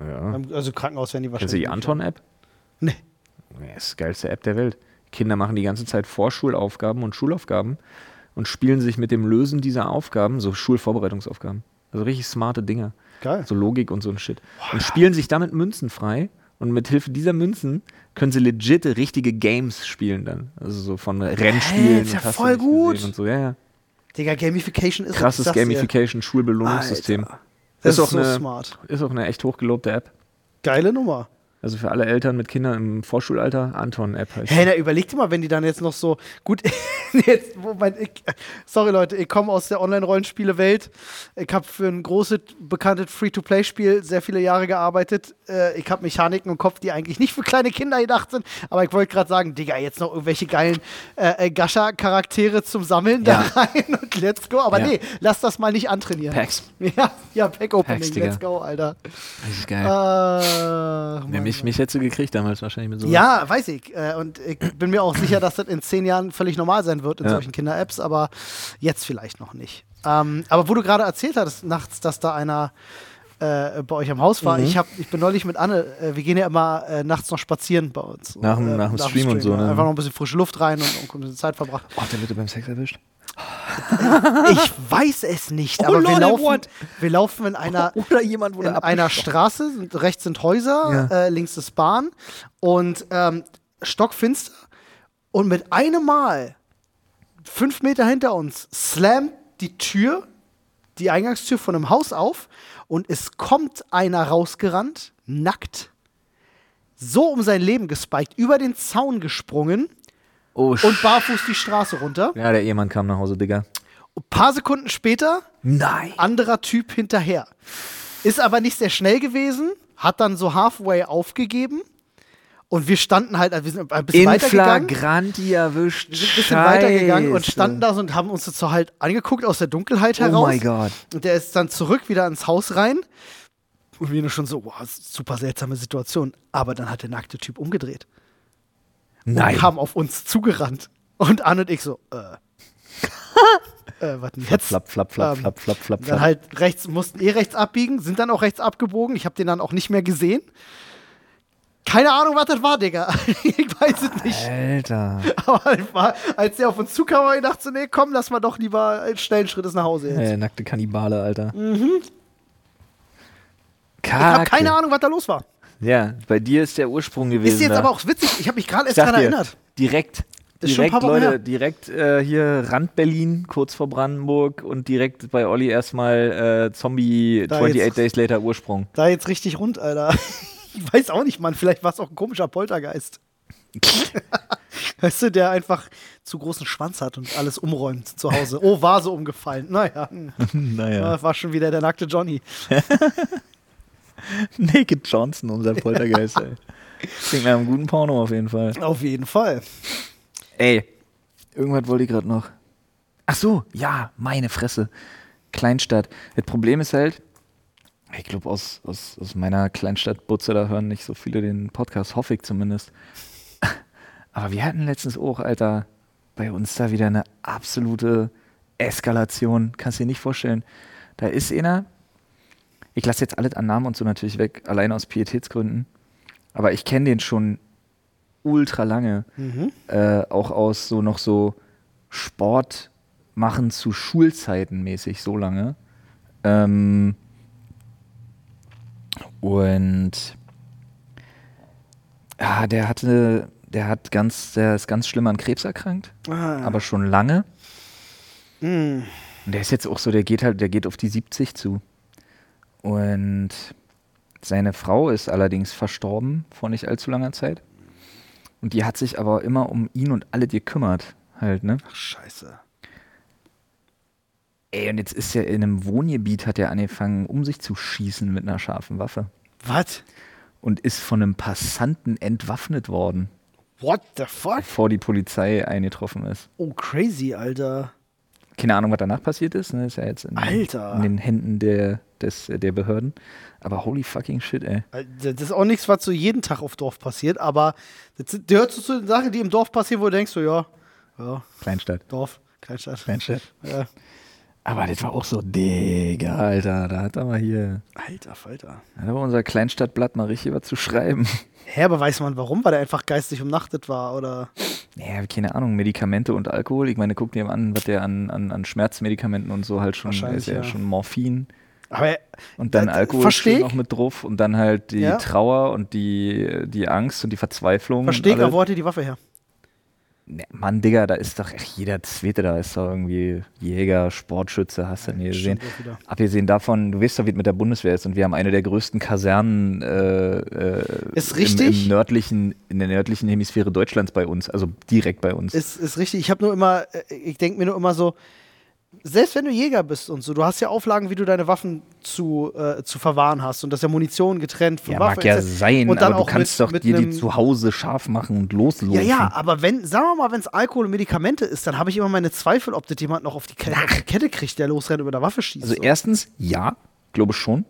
Ja. Also im Krankenhaus werden die Kennst du wahrscheinlich. die Anton-App? Nee. Das ist die geilste App der Welt. Kinder machen die ganze Zeit Vorschulaufgaben und Schulaufgaben und spielen sich mit dem Lösen dieser Aufgaben, so Schulvorbereitungsaufgaben. Also richtig smarte Dinge. Geil. So Logik und so ein Shit. Und spielen sich damit Münzen frei. Und mit Hilfe dieser Münzen können sie legit richtige Games spielen dann. Also so von Rennspielen. Alter, und hast du voll nicht gesehen gut. Und so. ja, ja. Digga, Gamification ist Krasses ich sag's dir. Gamification, Schulbelohnungssystem. Alter, Das ist, so eine, smart. ist auch eine echt hochgelobte App. Geile Nummer. Also für alle Eltern mit Kindern im Vorschulalter, Anton-App heißt Hey, na, überleg dir mal, wenn die dann jetzt noch so gut. jetzt, Moment, ich, sorry Leute, ich komme aus der Online-Rollenspiele-Welt. Ich habe für ein großes, bekanntes Free-to-Play-Spiel sehr viele Jahre gearbeitet. Äh, ich habe Mechaniken im Kopf, die eigentlich nicht für kleine Kinder gedacht sind. Aber ich wollte gerade sagen, Digga, jetzt noch irgendwelche geilen äh, äh, Gascha-Charaktere zum Sammeln da rein und let's go. Aber Ja. nee, lass das mal nicht antrainieren. Packs. Ja, ja, Packs, Pack-Opening, Digga. let's go, Alter. Das ist geil. Wer Ah, Mann. mich, mich hättest du gekriegt damals wahrscheinlich mit so. Ja, weiß ich. Äh, Und ich bin mir auch sicher, dass das in zehn Jahren völlig normal sein wird in Ja. solchen Kinder-Apps, aber jetzt vielleicht noch nicht. Ähm, aber wo du gerade erzählt hattest, nachts, dass da einer äh, bei euch am Haus Mhm. war, ich, hab, ich bin neulich mit Anne, äh, wir gehen ja immer äh, nachts noch spazieren bei uns. Nach dem- äh, nach dem Stream und so, ne? Einfach noch ein bisschen frische Luft rein und, und ein bisschen Zeit verbracht. Oh, der wird beim Sex erwischt. Ich weiß es nicht, Oh aber wir, Lord, laufen, what? Oh. wir laufen in einer, Oder jemand in einer Straße, sind, rechts sind Häuser, äh, links ist Bahn und ähm, stockfinster. Und mit einem Mal, fünf Meter hinter uns, slammt die Tür, die Eingangstür von einem Haus auf und es kommt einer rausgerannt, nackt, so um sein Leben gespiked, über den Zaun gesprungen Oh, sch und barfuß die Straße runter. Ja, der Ehemann kam nach Hause, Digga. Ein paar Sekunden später Nein. anderer Typ hinterher. Ist aber nicht sehr schnell gewesen, hat dann so halfway aufgegeben und wir standen halt, also wir sind ein bisschen In weitergegangen. Flagranti erwischt. Wir sind ein bisschen weitergegangen und standen da so und haben uns das so halt angeguckt aus der Dunkelheit heraus. Oh mein Gott. Und der ist dann zurück wieder ins Haus rein. Und wir nur schon so, wow, super seltsame Situation. Aber dann hat der nackte Typ umgedreht Nein. kam auf uns zugerannt. Und Anne und ich so, äh. äh, was denn jetzt? Flap, flap, flap, Ähm, flap, flap, flap, Dann flap. halt rechts, mussten eh rechts abbiegen, sind dann auch rechts abgebogen. Ich habe den dann auch nicht mehr gesehen. Keine Ahnung, was das war, Digga. ich weiß es Äh. nicht. Alter. Aber es war, als der auf uns zukam, habe ich gedacht, so, nee, komm, lass mal doch lieber einen schnellen Schritt nach Hause jetzt. Äh, nackte Kannibale, Alter. Mhm. Ich Ah, habe keine Ahnung, was da los war. Ja, bei dir ist der Ursprung gewesen. Ist jetzt da. aber auch witzig. Ich habe mich gerade Ich erst sag daran dir, erinnert. Direkt. Das ist schon ein direkt, paar Wochen Leute, her. direkt äh, hier Rand Berlin, kurz vor Brandenburg und direkt bei Olli erstmal äh, Zombie Da 28 jetzt- Days Later Ursprung. Da jetzt richtig rund, Alter. Ich weiß auch nicht, Mann. Vielleicht war es auch ein komischer Poltergeist. Weißt du, der einfach zu großen Schwanz hat und alles umräumt zu Hause. Oh, Vase umgefallen. Naja, Hm. naja. das war schon wieder der nackte Johnny. Naked Johnson, unser Poltergeist, ey. Klingt nach einem guten Porno auf jeden Fall. Auf jeden Fall. Ey, irgendwas wollte ich gerade noch. Ach so, ja, meine Fresse. Kleinstadt. Das Problem ist halt, ich glaube, aus, aus, aus meiner Kleinstadt Butze, da hören nicht so viele den Podcast, hoffe ich zumindest. Aber wir hatten letztens auch, Alter, bei uns da wieder eine absolute Eskalation. Kannst dir nicht vorstellen. Da ist einer, ich lasse jetzt alles an Namen und so natürlich weg, allein aus Pietätsgründen. Aber ich kenne den schon ultra lange äh, auch aus so noch so Sport machen zu Schulzeiten mäßig so lange. Ähm, und ja, der hatte, der hat ganz, der ist ganz schlimm an Krebs erkrankt, aber schon lange. Und der ist jetzt auch so, der geht halt, der geht auf die 70 zu. Und seine Frau ist allerdings verstorben vor nicht allzu langer Zeit. Und die hat sich aber immer um ihn und alle gekümmert, halt, ne? Ach, scheiße. Ey, und jetzt ist er in einem Wohngebiet, hat er angefangen, um sich zu schießen mit einer scharfen Waffe. Was? Und ist von einem Passanten entwaffnet worden, What the fuck? bevor die Polizei eingetroffen ist. Oh, crazy, Alter. Keine Ahnung, was danach passiert ist, ne? Ist ja jetzt in, Alter. in den Händen der, des, der Behörden. Aber holy fucking shit, ey. Das ist auch nichts, was so jeden Tag auf Dorf passiert, aber das sind- gehört so zu den Sachen, die im Dorf passieren, wo du denkst, so, ja, ja, Kleinstadt. Dorf, Kleinstadt. Kleinstadt. Ja. Aber das war auch so, Digga, Alter, da hat er mal hier, Alter Falter. da hat aber unser Kleinstadtblatt mal richtig was zu schreiben. Hä, aber weiß man warum? Weil er einfach geistig umnachtet war oder. Naja, keine Ahnung, Medikamente und Alkohol. Ich meine, guck dir mal an, was der an, an, an Schmerzmedikamenten und so halt schon, Wahrscheinlich, ist ja, ja. schon Morphin Aber er, und dann Das Alkohol versteh schön ich. noch mit drauf und dann halt die Ja. Trauer und die, die Angst und die Verzweiflung. verstehe ich, und aber alles. wo hat er die Waffe her? Nee, Mann, Digga, da ist doch echt jeder Zweite, da ist doch irgendwie Jäger, Sportschütze, hast du nie gesehen. Stimmt auch wieder. Abgesehen davon, du weißt doch, wie es mit der Bundeswehr ist und wir haben eine der größten Kasernen äh, äh, Ist Im, im richtig. nördlichen, in der nördlichen Hemisphäre Deutschlands bei uns, also direkt bei uns. Ist, ist richtig. Ich habe nur immer, äh, ich denke mir nur immer so, selbst wenn du Jäger bist und so, du hast ja Auflagen, wie du deine Waffen zu, äh, zu verwahren hast und das ist ja Munition getrennt von ja, Waffe. mag ja etc. sein, und dann aber du auch kannst mit, doch mit dir die einem- zu Hause scharf machen und Ja, loslaufen. ja, aber wenn, sagen wir mal, wenn es Alkohol und Medikamente ist, dann habe ich immer meine Zweifel, ob das jemand noch auf die, Ke auf die Kette kriegt, der losrennt und mit der Waffe schießt. Also so. erstens, ja, glaube schon.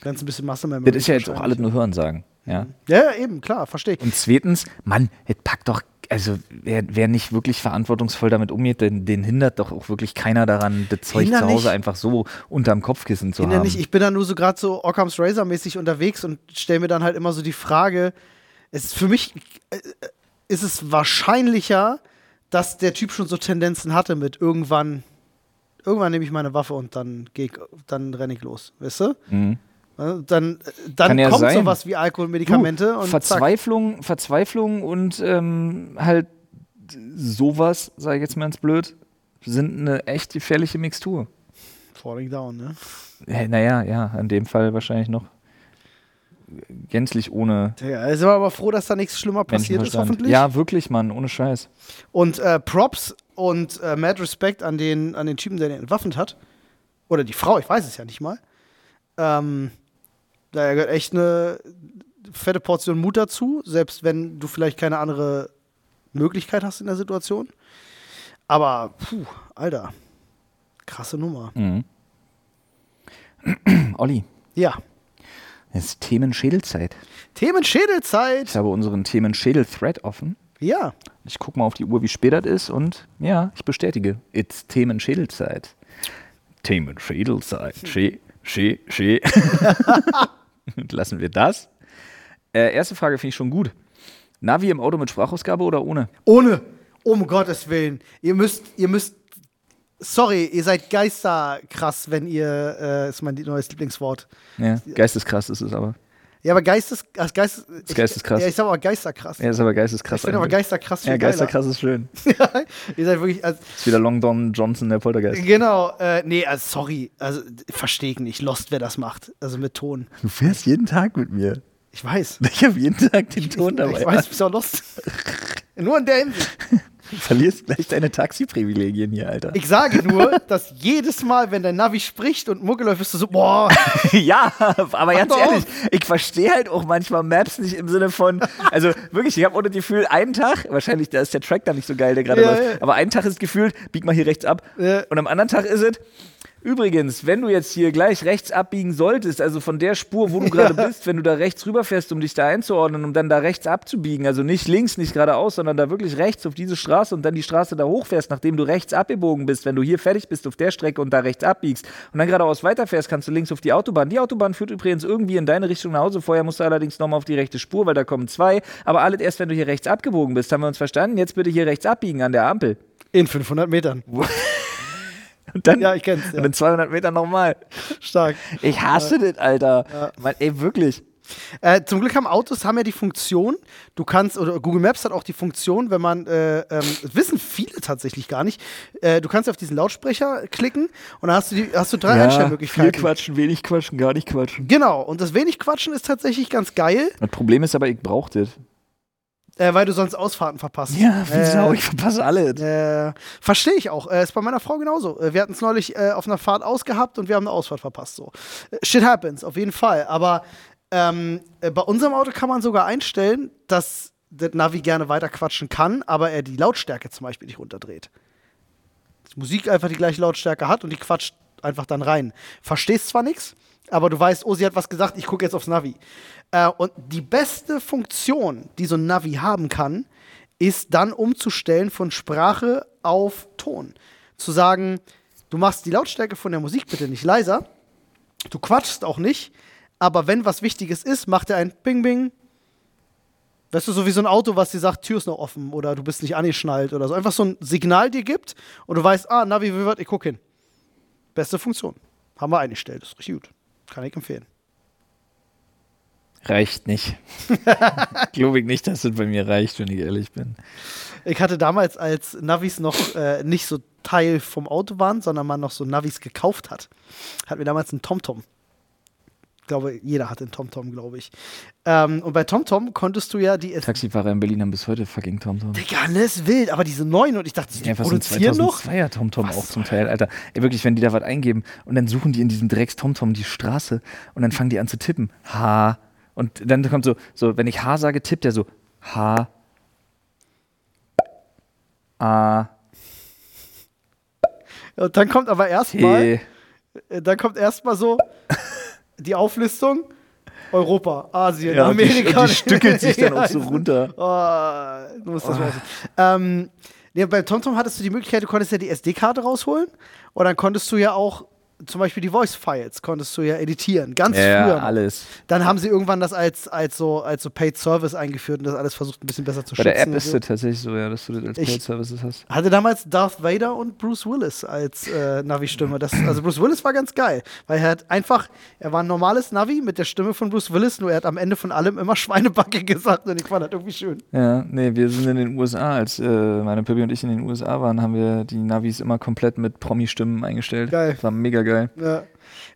Ganz ein bisschen Masse Das ist ja jetzt auch alles nur Hörensagen. Ja. Ja, ja, eben, klar, verstehe ich. Mhm. Und zweitens, Mann, es packt doch, also wer, wer nicht wirklich verantwortungsvoll damit umgeht, den, den hindert doch auch wirklich keiner daran, das Zeug Hindert zu Hause nicht. einfach so unterm Kopfkissen zu Bin ja haben. nicht, ich bin da nur so gerade so Occam's Razor-mäßig unterwegs und stelle mir dann halt immer so die Frage, es ist für mich äh, äh, ist es wahrscheinlicher, dass der Typ schon so Tendenzen hatte mit irgendwann, irgendwann nehme ich meine Waffe und dann geh ich, dann renne ich los, weißt du? Äh, Dann, äh, dann Mhm. Kann ja kommt sein. sowas wie Alkohol, Medikamente Du, und zack. Verzweiflung, Verzweiflung und ähm, halt sowas, sage ich jetzt mal ins Blöd, sind eine echt gefährliche Mixtur. Falling down, ne? Äh, Naja, ja, in dem Fall wahrscheinlich noch gänzlich ohne Ja, also sind wir aber froh, dass da nichts schlimmer passiert ist, Menschenverstand. hoffentlich. Ja, wirklich, Mann, ohne Scheiß. Und äh, Props und äh, mad Respect an den, an den Typen, der den entwaffnet hat. Oder die Frau, ich weiß es ja nicht mal. Ähm, da gehört echt eine fette Portion Mut dazu, selbst wenn du vielleicht keine andere Möglichkeit hast in der Situation. Aber, puh, Alter, krasse Nummer. Mhm. Olli, Ja, es ist Themenschädelzeit. Ich Themenschädelzeit. habe unseren Themenschädel-Thread offen. Ja, Ich gucke mal auf die Uhr, wie spät das ist und ja, ich bestätige. It's Themenschädelzeit. Themenschädelzeit. Schä, schä, schä. Und Lassen wir das. Äh, erste Frage finde ich schon gut. Navi im Auto mit Sprachausgabe oder ohne? ohne, um Gottes Willen. Ihr müsst, ihr müsst, sorry, ihr seid geisterkrass, wenn ihr, äh, ist mein neues Lieblingswort, Ja, geisteskrass ist es aber. Ja, aber Geistes, als Geistes, ich, geisteskrass. Ja, ich sag aber Geisterkrass. Ja, ist aber geisteskrass. ich finde aber eigentlich. Geisterkrass Ja, viel geiler. geisterkrass ist schön. Ihr seid wirklich, also, Ist wieder Long Don Johnson, der Poltergeist. genau, äh, nee, also sorry, also verstehe ich nicht. Lost, wer das macht, also mit Ton. Du fährst jeden Tag mit mir. Ich weiß. Ich habe jeden Tag den Ton dabei. ich weiß, du bist auch Lost. nur in der Hinsicht. Du verlierst gleich deine Taxiprivilegien hier, Alter. Ich sage nur, dass jedes Mal, wenn dein Navi spricht und Mucke läuft, bist du so, boah, ja, aber ganz doch ehrlich, ich verstehe halt auch manchmal Maps nicht im Sinne von, also wirklich, ich habe ohne Gefühl einen Tag, wahrscheinlich da ist der Track da nicht so geil, der gerade Ja, läuft, ja. aber einen Tag ist gefühlt, bieg mal hier rechts ab Ja. und am anderen Tag ist es, übrigens, wenn du jetzt hier gleich rechts abbiegen solltest, also von der Spur, wo du gerade bist, wenn du da rechts rüberfährst, um dich da einzuordnen, um dann da rechts abzubiegen, also nicht links, nicht geradeaus, sondern da wirklich rechts auf diese Straße und dann die Straße da hochfährst, nachdem du rechts abgebogen bist, wenn du hier fertig bist auf der Strecke und da rechts abbiegst und dann geradeaus weiterfährst, kannst du links auf die Autobahn. Die Autobahn führt übrigens irgendwie in deine Richtung nach Hause. Vorher musst du allerdings nochmal auf die rechte Spur, weil da kommen zwei. Aber alles erst, wenn du hier rechts abgebogen bist. Haben wir uns verstanden? Jetzt bitte hier rechts abbiegen an der Ampel. in 500 Metern. Und dann, Ja, ich kenn's, ja. Und in 200 Metern nochmal. Stark. Ich hasse das, Alter. Mann, ey, wirklich. Äh, zum Glück haben Autos haben ja die Funktion, du kannst, oder Google Maps hat auch die Funktion, wenn man, äh, ähm, das wissen viele tatsächlich gar nicht, äh, du kannst auf diesen Lautsprecher klicken und dann hast du, die, hast du drei viel Einstellmöglichkeiten. quatschen, wenig quatschen, gar nicht quatschen. Genau, und das wenig Quatschen ist tatsächlich ganz geil, Das Problem ist aber, ich brauche das. äh, weil du sonst Ausfahrten verpasst. Ja, wie Äh, Sau, ich verpasse alles. Äh, Verstehe ich auch. Äh, ist bei meiner Frau genauso. Äh, wir hatten es neulich äh, auf einer Fahrt ausgehabt und wir haben eine Ausfahrt verpasst. So. Äh, Shit happens, auf jeden Fall. Aber ähm, äh, bei unserem Auto kann man sogar einstellen, dass das Navi gerne weiter quatschen kann, aber er die Lautstärke zum Beispiel nicht runterdreht. Dass die Musik einfach die gleiche Lautstärke hat und die quatscht einfach dann rein. Verstehst zwar nichts, aber du weißt, oh, sie hat was gesagt, ich gucke jetzt aufs Navi. Äh, und die beste Funktion, die so ein Navi haben kann, ist dann umzustellen von Sprache auf Ton. Zu sagen, Du machst die Lautstärke von der Musik bitte nicht leiser. Du quatschst auch nicht. Aber wenn was Wichtiges ist, macht er ein Bing Bing. Weißt du, so wie so ein Auto, was dir sagt, Tür ist noch offen oder du bist nicht angeschnallt oder so. Einfach so ein Signal dir gibt und du weißt, ah, Navi, wie wird, ich guck hin. Beste Funktion. Haben wir eingestellt. Ist richtig gut. Kann ich empfehlen. Reicht nicht. Glaube ich nicht, dass es bei mir reicht, wenn ich ehrlich bin. Ich hatte damals, als Navis noch äh, nicht so Teil vom Auto waren, sondern man noch so Navis gekauft hat, hatten wir damals einen TomTom. Ich glaube, jeder hatte einen TomTom, glaube ich. Ähm, und bei TomTom konntest du ja die. Taxifahrer in Berlin haben bis heute fucking TomTom. Digga, ne, ist wild, aber diese neuen und ich dachte, die Ja, was produzieren noch? er TomTom auch zum Teil, Alter. Ey, wirklich, wenn die da was eingeben und dann suchen die in diesem Drecks TomTom die Straße und dann fangen die an zu tippen. Ha. Und dann kommt so, so wenn ich H sage, tippt der so H. A. Und dann kommt aber erstmal, T. äh, dann kommt erstmal so die Auflistung: Europa, Asien, Ja, und die, Amerika. und die stückelt sich dann auch so Ja, also, runter. Ah. Oh, du musst das oh. ähm, nee, Bei TomTom hattest du die Möglichkeit, du konntest ja die SD-Karte rausholen und dann konntest du ja auch zum Beispiel die Voice-Files konntest du ja editieren, ganz früher. Ja, noch. alles. Dann haben sie irgendwann das als, als, so, als so Paid Service eingeführt und das alles versucht, ein bisschen besser zu Bei schützen. der App und ist so. das tatsächlich so, ja, dass du das als Ich- Paid Services hast. Hatte damals Darth Vader und Bruce Willis als äh, Navi-Stimme. Das- Also Bruce Willis war ganz geil, weil er hat einfach, er war ein normales Navi mit der Stimme von Bruce Willis, nur er hat am Ende von allem immer Schweinebacke gesagt und ich fand das irgendwie schön. Ja, nee, wir sind in den USA. Als äh, meine Pippi und ich in den USA waren, haben wir die Navis immer komplett mit Promi-Stimmen eingestellt. Geil. War mega geil. Ja.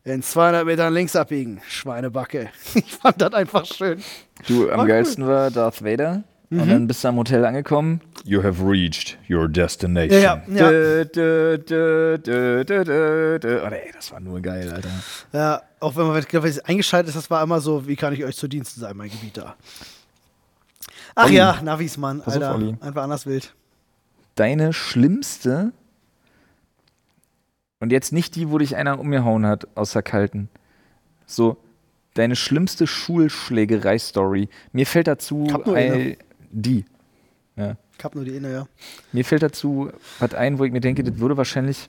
In 200 Metern links abbiegen, Schweinebacke. Ich fand das einfach schön. Du, am War cool. Mhm. geilsten war Darth Vader. Und dann bist du am Hotel angekommen. You have reached your destination. Ja, ja, ja. Dö, dö, dö, dö, dö, dö, dö. Oh, ey, das war nur geil, Alter. ja auch wenn man wenn es eingeschaltet ist, das war immer so, wie kann ich euch zu Diensten sein, mein Gebieter. Ach Olli. ja, Navis, Mann, Pass auf, Alter. Olli. einfach anders wild. Deine schlimmste und jetzt nicht die, wo dich einer umgehauen hat, außer Kalten. So, deine schlimmste Schulschlägerei-Story. Mir fällt dazu Ich hab nur eine. die. Ich hab nur die Inne, ja. Mir fällt dazu was ein, wo ich mir denke, das würde wahrscheinlich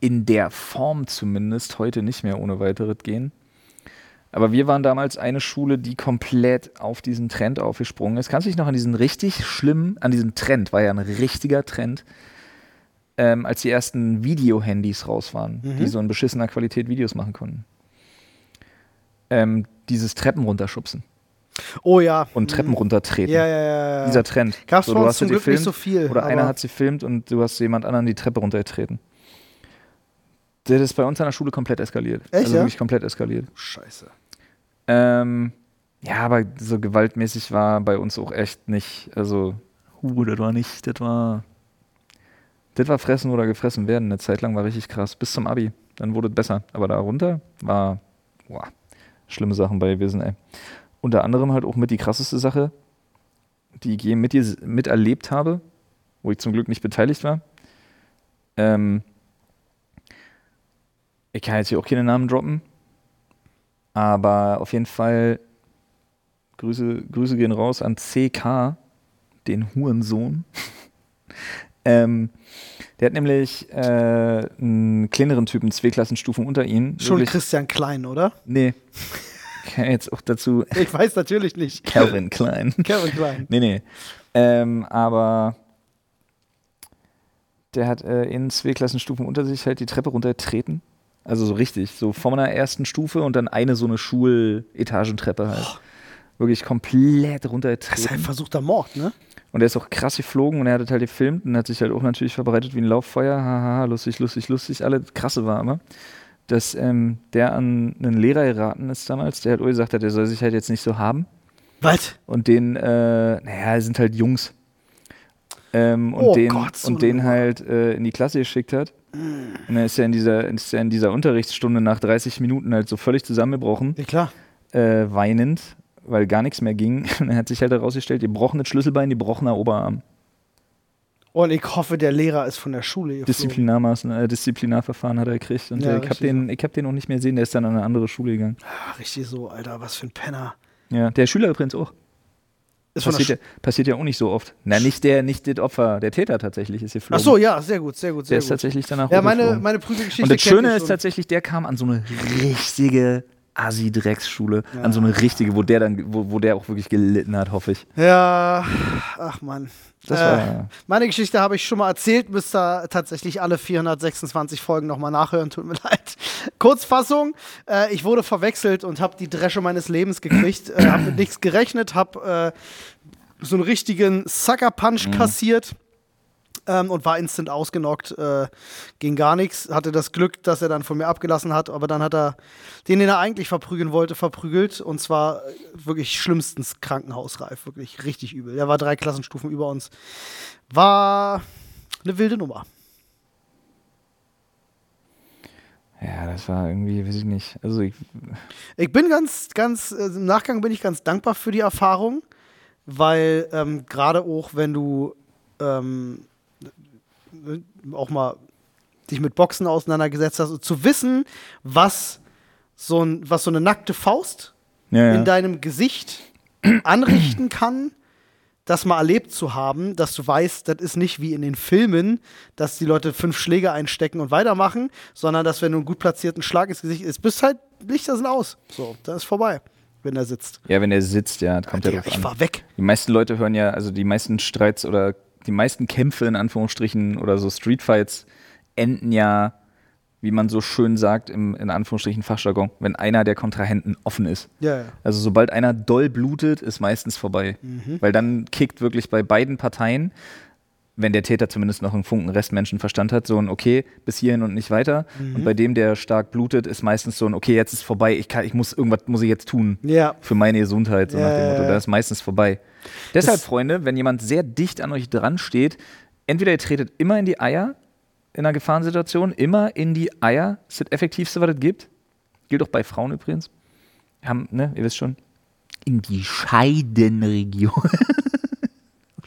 in der Form zumindest heute nicht mehr ohne weiteres gehen. Aber wir waren damals eine Schule, die komplett auf diesen Trend aufgesprungen ist. Kannst du dich noch an diesen richtig schlimmen, an diesen Trend, war ja ein richtiger Trend, ähm, als die ersten Video-Handys raus waren, Mhm. die so in beschissener Qualität Videos machen konnten. Ähm, dieses Treppen runterschubsen Oh ja. und Treppen runtertreten. Ja, ja, ja. ja. Dieser Trend. Gab's bei du uns hast zum das Glück gefilmt nicht so viel, Oder einer aber- hat sie gefilmt und du hast jemand anderen die Treppe runtergetreten. Das ist bei uns an der Schule komplett eskaliert. Echt, also ja? wirklich komplett eskaliert. Scheiße. Ähm, ja, aber so gewaltmäßig war bei uns auch echt nicht. Also, hu, das war nicht, das war. Das war fressen oder gefressen werden. Eine Zeit lang war richtig krass. Bis zum Abi. Dann wurde es besser. Aber darunter war boah, schlimme Sachen bei gewesen, ey. Unter anderem halt auch mit die krasseste Sache, die ich je mit dir miterlebt habe, wo ich zum Glück nicht beteiligt war. Ähm, ich kann jetzt hier auch keine Namen droppen, aber auf jeden Fall Grüße, Grüße gehen raus an CK, den Hurensohn. ähm, der hat nämlich äh, einen kleineren Typen, zwei Klassenstufen unter ihm. Schon wirklich- Christian Klein, oder? Nee. Kann jetzt auch dazu Ich weiß natürlich nicht. Calvin Klein. Kevin Klein. Nee, nee. Ähm, aber der hat äh, in zwei Klassenstufen unter sich halt die Treppe runtertreten. Also so richtig, so von einer ersten Stufe und dann eine so eine Schuletagentreppe halt. Wirklich komplett Das ist ein runtertreten. versuchter Mord, ne? Und er ist auch krass geflogen und er hat das halt gefilmt und hat sich halt auch natürlich verbreitet wie ein Lauffeuer. Haha, lustig, lustig, lustig. Alle das krasse war immer, dass ähm, der an einen Lehrer geraten ist damals, der halt auch gesagt hat, der soll sich halt jetzt nicht so haben. Was? Und den, äh, naja, sind halt Jungs. Ähm, und Oh den, Gott, so Mm. und den eine- halt äh, in die Klasse geschickt hat. Und dann ist er in dieser, ist er in dieser Unterrichtsstunde nach 30 Minuten halt so völlig zusammengebrochen Ja, klar. äh, weinend, weil gar nichts mehr ging. Und er hat sich halt herausgestellt, gebrochenes Schlüsselbein, gebrochener Oberarm. Und ich hoffe, der Lehrer ist von der Schule geflogen. Disziplinarmaßnahmen, äh, Disziplinarverfahren hat er gekriegt. Und äh, Ja, ich habe richtig den, ich hab den auch nicht mehr gesehen, der ist dann an eine andere Schule gegangen. Ah, richtig so, Alter, was für ein Penner. Ja, der Schüler übrigens auch. Ist von der Passiert ja, Sch- passiert ja auch nicht so oft. Na, nicht der, nicht das Opfer, der Täter tatsächlich ist hier Ach geflogen. so, ja, sehr gut, sehr gut, der sehr ist gut. tatsächlich danach Ja, meine, hochgeflogen. meine Prügelgeschichte. Und das kennt ihr Schöne ist schon. tatsächlich, der kam an so eine richtige Assi-Drecksschule. An so eine richtige, wo der dann, wo, wo der auch wirklich gelitten hat, hoffe ich. Ja, ach man. Das äh, war- meine Geschichte habe ich schon mal erzählt, müsst ihr tatsächlich alle 426 Folgen nochmal nachhören, tut mir leid. Kurzfassung, äh, ich wurde verwechselt und habe die Dresche meines Lebens gekriegt, äh, habe mit nichts gerechnet, habe äh, so einen richtigen Sucker-Punch Mhm. kassiert ähm, und war instant ausgenockt, äh, ging gar nichts, hatte das Glück, dass er dann von mir abgelassen hat, aber dann hat er den, den er eigentlich verprügeln wollte, verprügelt und zwar äh, wirklich schlimmstens krankenhausreif, wirklich richtig übel. Er war drei Klassenstufen über uns. War eine wilde Nummer. Ja, das war irgendwie, weiß ich nicht. Also ich, Ich bin ganz, ganz, äh, im Nachgang bin ich ganz dankbar für die Erfahrung, weil ähm, gerade auch, wenn du ähm, äh, auch mal dich mit Boxen auseinandergesetzt hast, und zu wissen, was so, ein, was so eine nackte Faust ja, ja. in deinem Gesicht anrichten kann, das mal erlebt zu haben, dass du weißt, das ist nicht wie in den Filmen, dass die Leute fünf Schläge einstecken und weitermachen, sondern dass wenn du einen gut platzierten Schlag ins Gesicht ist, bist halt Lichter sind aus. So, dann ist vorbei, wenn er sitzt. ja, wenn der sitzt, ja, das kommt ja Digga, drauf ich an. war weg. Die meisten Leute hören ja, also die meisten Streits oder die meisten Kämpfe in Anführungsstrichen oder so Streetfights enden ja, wie man so schön sagt, im, in Anführungsstrichen Fachjargon, wenn einer der Kontrahenten offen ist. Ja, ja. Also sobald einer doll blutet, ist meistens vorbei. Weil dann kickt wirklich bei beiden Parteien, wenn der Täter zumindest noch einen Funken Restmenschenverstand hat, so ein Okay, bis hierhin und nicht weiter. Und bei dem, der stark blutet, ist meistens so ein Okay, jetzt ist vorbei, ich, kann, ich muss irgendwas muss ich jetzt tun Ja. für meine Gesundheit, so nach Ja, dem ja, Motto. ja. Da ist meistens vorbei. Deshalb, Das- Freunde, wenn jemand sehr dicht an euch dran steht, entweder ihr tretet immer in die Eier in einer Gefahrensituation, immer in die Eier, ist das Effektivste, was es gibt. Gilt auch bei Frauen übrigens. Haben, ne, ihr wisst schon, in die Scheidenregion.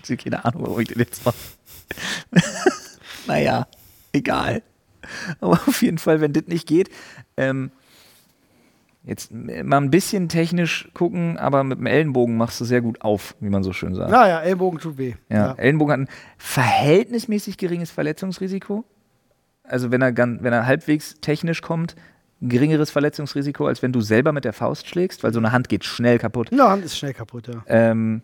Ich hab Keine Ahnung, warum ich den jetzt mache. naja, egal. Aber auf jeden Fall, wenn das nicht geht, ähm, jetzt mal ein bisschen technisch gucken, aber mit dem Ellenbogen machst du sehr gut auf, wie man so schön sagt. Naja, Ah, Ellbogen tut weh. Ja, Ja. Ellenbogen hat ein verhältnismäßig geringes Verletzungsrisiko. Also wenn er, gan- wenn er halbwegs technisch kommt, ein geringeres Verletzungsrisiko, als wenn du selber mit der Faust schlägst, weil so eine Hand geht schnell kaputt. Na, Hand ist schnell kaputt, ja. Ähm,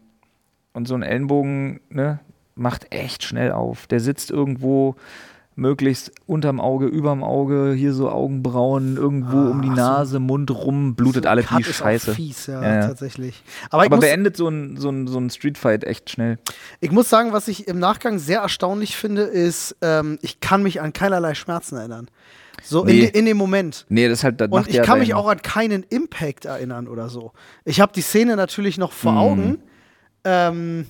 und so ein Ellenbogen ne, macht echt schnell auf. Der sitzt irgendwo möglichst unterm Auge, überm Auge, hier so Augenbrauen, irgendwo um die Ah, ach so. Nase, Mund rum, blutet alle Cut die ist auch Scheiße. Fies, ja, Ja, ja. tatsächlich. Aber, ich Aber muss, beendet so ein, so ein, so ein Streetfight echt schnell. Ich muss sagen, was ich im Nachgang sehr erstaunlich finde, ist, ähm, ich kann mich an keinerlei Schmerzen erinnern. So Nee. in, de- in dem Moment. Nee, das ist halt, das Und macht ich ja kann mich dein- auch an keinen Impact erinnern oder so. Ich habe die Szene natürlich noch vor Mhm. Augen, ähm,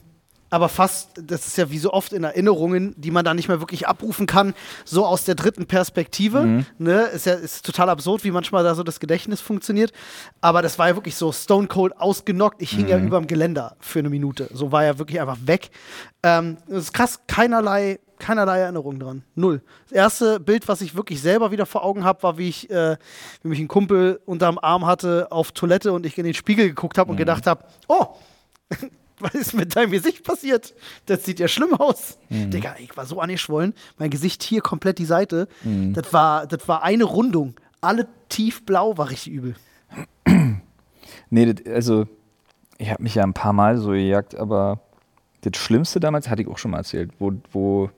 aber fast, das ist ja wie so oft in Erinnerungen, die man dann nicht mehr wirklich abrufen kann, so aus der dritten Perspektive. Ne? Ist ja ist total absurd, wie manchmal da so das Gedächtnis funktioniert. Aber das war ja wirklich so Stone Cold ausgenockt. Ich hing ja überm Geländer für eine Minute. So war ja wirklich einfach weg. Ähm, das ist krass, keinerlei keinerlei Erinnerung dran. Null. Das erste Bild, was ich wirklich selber wieder vor Augen habe, war, wie ich, äh, wie mich ein Kumpel unterm Arm hatte auf Toilette und ich in den Spiegel geguckt habe und gedacht habe, oh, was ist mit deinem Gesicht passiert? Das sieht ja schlimm aus. Mhm. Digga, ich war so angeschwollen, mein Gesicht hier komplett die Seite. Mhm. Das, war, das war eine Rundung. Alle tiefblau war richtig übel. Nee, das, also ich habe mich ja ein paar Mal so gejagt, aber das Schlimmste damals hatte ich auch schon mal erzählt, wo, wo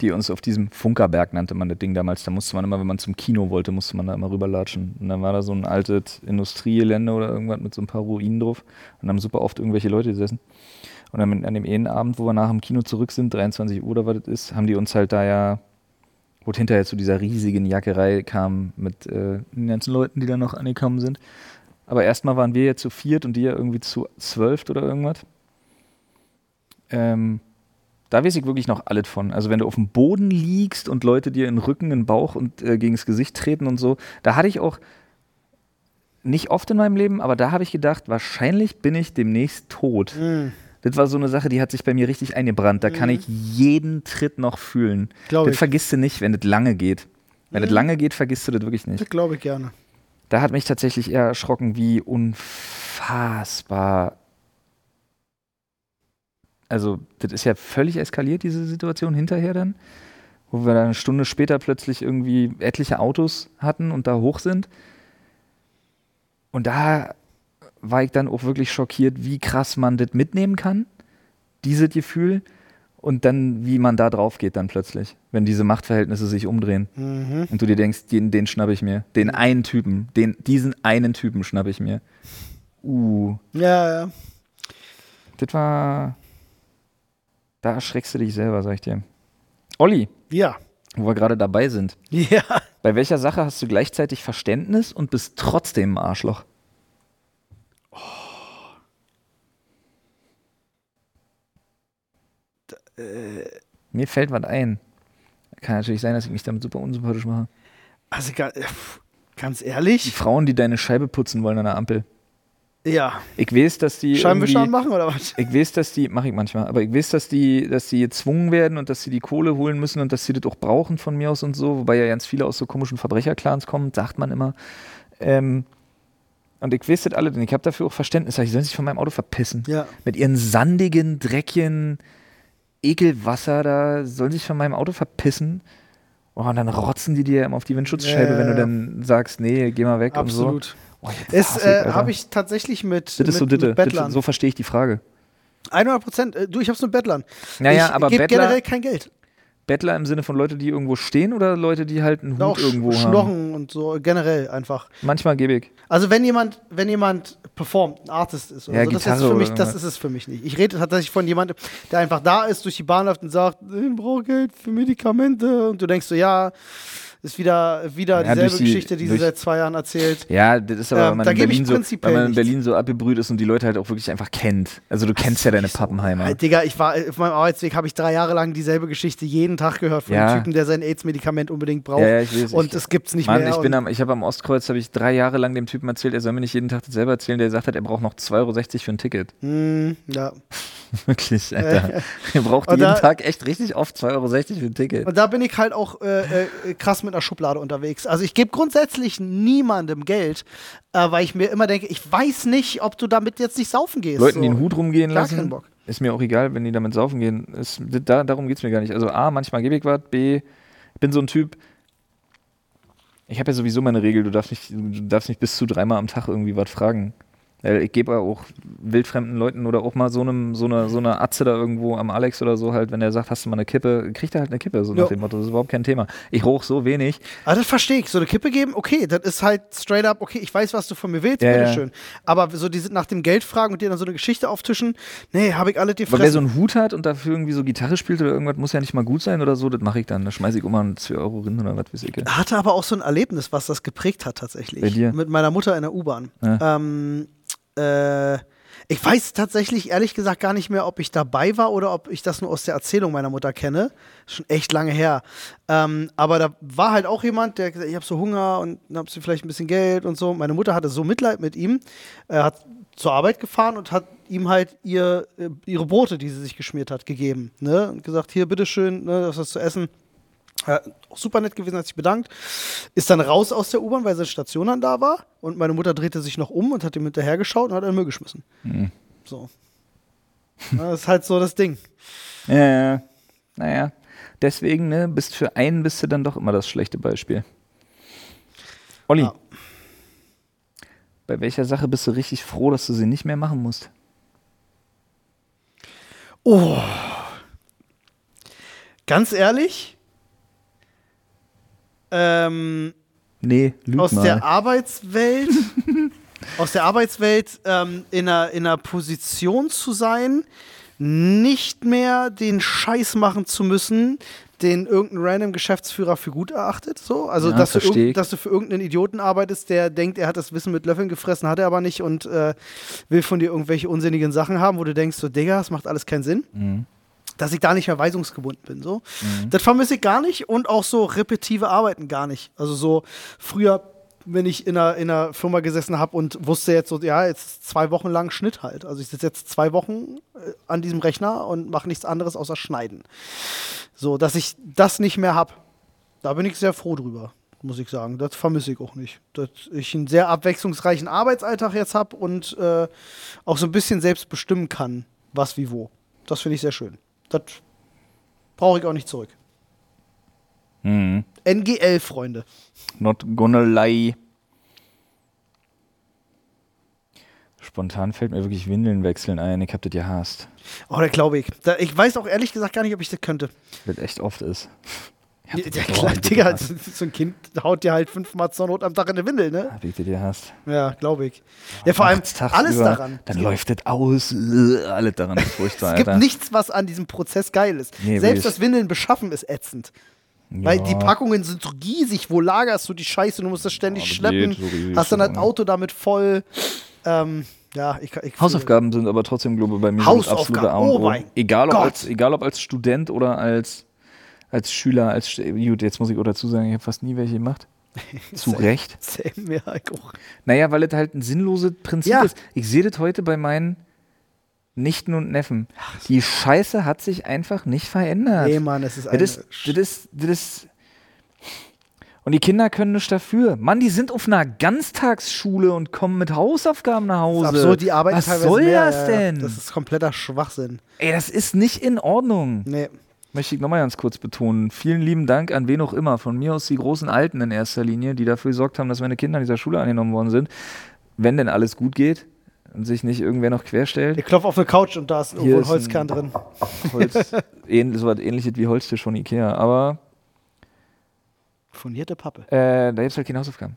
die uns auf diesem Funkerberg nannte man das Ding damals. Da musste man immer, wenn man zum Kino wollte, musste man da immer rüberlatschen. Und dann war da so ein altes Industriegelände oder irgendwas mit so ein paar Ruinen drauf. Und da haben super oft irgendwelche Leute gesessen. Und dann an dem einen Abend, wo wir nach dem Kino zurück sind, 23 Uhr oder was das ist, haben die uns halt da ja, wo es hinterher zu dieser riesigen Jackerei kam mit äh, den ganzen Leuten, die da noch angekommen sind. Aber erstmal waren wir ja zu viert und die ja irgendwie zu zwölft oder irgendwas. Ähm, da weiß ich wirklich noch alles von. Also wenn du auf dem Boden liegst und Leute dir in den Rücken, in den Bauch und äh, gegen das Gesicht treten und so, da hatte ich auch nicht oft in meinem Leben, aber da habe ich gedacht, wahrscheinlich bin ich demnächst tot. Mhm. Das war so eine Sache, die hat sich bei mir richtig eingebrannt. Da kann ich jeden Tritt noch fühlen. Glaub das ich. Mhm. vergisst du nicht, wenn das lange geht. Wenn das lange geht, vergisst du das wirklich nicht. Das glaube ich gerne. Da hat mich tatsächlich eher erschrocken, wie unfassbar also das ist ja völlig eskaliert, diese Situation hinterher dann, wo wir dann eine Stunde später plötzlich irgendwie etliche Autos hatten und da hoch sind. Und da war ich dann auch wirklich schockiert, wie krass man das mitnehmen kann, dieses Gefühl, und dann, wie man da drauf geht dann plötzlich, wenn diese Machtverhältnisse sich umdrehen. Mhm. Und du dir denkst, den, den schnapp ich mir. Den einen Typen, den, diesen einen Typen schnapp ich mir. Uh, Ja, ja. das war. Da erschreckst du dich selber, sag ich dir. Olli, Ja. wo wir gerade dabei sind. Ja. Bei welcher Sache hast du gleichzeitig Verständnis und bist trotzdem ein Arschloch? Oh. Mir fällt was ein. Kann natürlich sein, dass ich mich damit super unsympathisch mache. Also ga- pff, ganz Die ehrlich. Frauen, die deine Scheibe putzen wollen an der Ampel. Ja. Ich weiß, dass die. Scheibenwischer irgendwie- anmachen oder was? Ich weiß, dass die, mache ich manchmal, aber ich weiß, dass die, dass die gezwungen werden und dass sie die Kohle holen müssen und dass sie das auch brauchen von mir aus und so, wobei ja ganz viele aus so komischen Verbrecherclans kommen, sagt man immer. Ähm, und ich weiß das alle, denn ich habe dafür auch Verständnis, sag ich sollen sich von meinem Auto verpissen. Ja. Mit ihren sandigen, dreckigen Ekelwasser da, sollen sich von meinem Auto verpissen. Oh, und dann rotzen die dir immer auf die Windschutzscheibe, Ja, ja, wenn du ja. dann sagst, nee, geh mal weg und so. Absolut. Oh, ich Ist, hasse äh, Alter. habe ich tatsächlich mit, Das ist mit, so Ditte. mit Bettlern. Das- So verstehe ich die Frage. 100 Prozent. Äh, du, ich hab's mit Bettlern. Naja, ich aber geb Bettler- generell kein Geld. Bettler im Sinne von Leute, die irgendwo stehen oder Leute, die halt einen Hut Auch irgendwo haben? Schnorren und so, generell einfach. Manchmal gebe ich. Also wenn jemand, wenn jemand performt, ein Artist ist oder Ja, so, das Gitarre ist für mich, oder das irgendwas. ist es für mich nicht. Ich rede tatsächlich von jemandem, der einfach da ist, durch die Bahn läuft und sagt, ich brauche Geld für Medikamente und du denkst so, ja, ist wieder, wieder Ja, dieselbe durch die- Geschichte, die sie durch- seit zwei Jahren erzählt. Ja, das ist aber, Ähm, wenn, man da in gebe ich Berlin so, prinzipiell wenn man in nichts. Berlin so abgebrüht ist und die Leute halt auch wirklich einfach kennt. Also du kennst ja Halt deine Pappenheimer. Ey, Äh, Digga, ich war auf meinem Arbeitsweg habe ich drei Jahre lang dieselbe Geschichte jeden Tag gehört von Ja. einem Typen, der sein AIDS-Medikament unbedingt braucht. Ja, ja, ich weiß, und ich- es gibt's nicht Mann, mehr. ich bin und, am, ich habe am Ostkreuz habe ich drei Jahre lang dem Typen erzählt, er soll mir nicht jeden Tag das selber erzählen, der gesagt hat, er braucht noch 2,60 Euro für ein Ticket. mh, hm, ja. Wirklich, Alter. Er braucht Und jeden da- Tag echt richtig oft 2,60 Euro für ein Ticket. und da bin ich halt auch äh, äh, krass mit einer Schublade unterwegs. Also ich gebe grundsätzlich niemandem Geld, äh, weil ich mir immer denke, ich weiß nicht, ob du damit jetzt nicht saufen gehst. Leuten, so. die einen Hut rumgehen Gar lassen, keinen Bock. ist mir auch egal, wenn die damit saufen gehen. Ist, da, darum geht es mir gar nicht. Also A, manchmal gebe ich was, B, ich bin so ein Typ, ich habe ja sowieso meine Regel, du darfst nicht, du darfst nicht bis zu dreimal am Tag irgendwie was fragen. Weil Ich gebe ja auch wildfremden Leuten oder auch mal so einem, so einer, so einer Atze da irgendwo am Alex oder so halt, wenn der sagt, hast du mal eine Kippe, kriegt er halt eine Kippe, so Ja. nach dem Motto, das ist überhaupt kein Thema. Ich rauche so wenig. Aber Also das verstehe ich. So eine Kippe geben, okay, das ist halt straight up, okay, ich weiß, was du von mir willst, Ja, ja. bitteschön. Aber so die sind nach dem Geld fragen und dir dann so eine Geschichte auftischen, nee, habe ich alle dir Aber wer so einen Hut hat und dafür irgendwie so Gitarre spielt oder irgendwas, muss ja nicht mal gut sein oder so, das mache ich dann. Da schmeiße ich immer einen 2 Euro rein oder was weiß ich. hatte aber auch so ein Erlebnis, was das geprägt hat tatsächlich. Bei dir? Mit meiner Mutter in der U-Bahn. Ja. Ähm, äh, ich weiß tatsächlich ehrlich gesagt gar nicht mehr, ob ich dabei war oder ob ich das nur aus der Erzählung meiner Mutter kenne. Ist schon echt lange her. Ähm, aber da war halt auch jemand, der gesagt, ich habe so Hunger und dann hab sie vielleicht ein bisschen Geld und so. Meine Mutter hatte so Mitleid mit ihm, äh, hat zur Arbeit gefahren und hat ihm halt ihr, äh, ihre Brote, die sie sich geschmiert hat, gegeben. Ne? Und gesagt, hier, bitteschön, ne, das ist zu essen. Ja, auch super nett gewesen, hat sich bedankt. Ist dann raus aus der U-Bahn, weil seine Station dann da war. Und meine Mutter drehte sich noch um und hat ihm hinterhergeschaut und hat in den Müll geschmissen. So. Ja, Das ist halt so das Ding. Ja, Ja, ja. naja. Deswegen, ne, bist für einen bist du dann doch immer das schlechte Beispiel. Olli, Ja. bei welcher Sache bist du richtig froh, dass du sie nicht mehr machen musst? Oh. Ganz ehrlich, ähm, Nee, lüg aus mal. der Arbeitswelt, aus der Arbeitswelt ähm, in, einer, in einer Position zu sein, nicht mehr den Scheiß machen zu müssen, den irgendein random Geschäftsführer für gut erachtet. So, also Ja, dass, du versteh ich. irgend, dass du für irgendeinen Idioten arbeitest, der denkt, er hat das Wissen mit Löffeln gefressen, hat er aber nicht und äh, will von dir irgendwelche unsinnigen Sachen haben, wo du denkst, so Digga, das macht alles keinen Sinn dass ich da nicht mehr weisungsgebunden bin. So. Das vermisse ich gar nicht und auch so repetitive Arbeiten gar nicht. Also so früher, wenn ich in einer, in einer Firma gesessen habe und wusste jetzt so, ja, jetzt zwei Wochen lang Schnitt halt. Also ich sitze jetzt zwei Wochen äh, an diesem Rechner und mache nichts anderes außer schneiden. So, dass ich das nicht mehr habe. Da bin ich sehr froh drüber, muss ich sagen. Das vermisse ich auch nicht. Dass ich einen sehr abwechslungsreichen Arbeitsalltag jetzt habe und äh, auch so ein bisschen selbst bestimmen kann, was wie wo. Das finde ich sehr schön. Das brauche ich auch nicht zurück. NGL, Freunde. Mhm. Not gonna lie. Spontan fällt mir wirklich Windeln wechseln ein. Ich hab das gehasst. Oh, da glaube ich. Da, ich weiß auch ehrlich gesagt gar nicht, ob ich das könnte. Weil das echt oft ist. Ich hab Ja, das ja, auch klar, oft Digga, gehasst. so so ein Kind haut dir halt fünfmal zur Not am Tag in der Windel, ne? Hab ich das gehasst. Ja, glaube ich. Ja, vor allem Nachts, tagsüber, alles daran. Dann läuft das aus. Äh, Alles daran ist furchtbar, Es gibt Alter. nichts, was an diesem Prozess geil ist. Nee, wirklich. Selbst das Windeln beschaffen ist ätzend. Weil die Packungen sind so riesig. Wo lagerst du die Scheiße? Du musst das ständig Ja, aber schleppen. Oh, geht so riesig hast dann schon, das ne? Auto damit voll. Ähm, ja, ich, ich Hausaufgaben sind aber trotzdem, glaube ich, bei mir so das absolute Hausaufgaben, A und oh O. mein egal, ob Gott. als, egal ob als Student oder als, als Schüler, als Sch- gut, jetzt muss ich auch dazu sagen, ich habe fast nie welche gemacht. Zu Recht. Same, ja, ich auch. Naja, weil das halt ein sinnloses Prinzip Ja. ist. Ich sehe das heute bei meinen Nichten und Neffen. Die Scheiße hat sich einfach nicht verändert. Nee, Mann, es ist das eine ist, das ist, das ist. Und die Kinder können nichts dafür. Mann, die sind auf einer Ganztagsschule und kommen mit Hausaufgaben nach Hause. absurd. Die arbeiten Was teilweise soll mehr. das Ja, ja, denn? Das ist kompletter Schwachsinn. Ey, das ist nicht in Ordnung. Nee. Möchte ich nochmal ganz kurz betonen. Vielen lieben Dank an wen auch immer. Von mir aus die großen Alten in erster Linie, die dafür gesorgt haben, dass meine Kinder an dieser Schule angenommen worden sind. Wenn denn alles gut geht und sich nicht irgendwer noch querstellt. Ich klopfe auf eine Couch und da ist Hier irgendwo ein ist ein- Holzkern drin. Holz, ähn, so was ähnliches wie Holztisch von Ikea. Aber Furnierte Pappe. äh, da gibt es halt keine Hausaufgaben.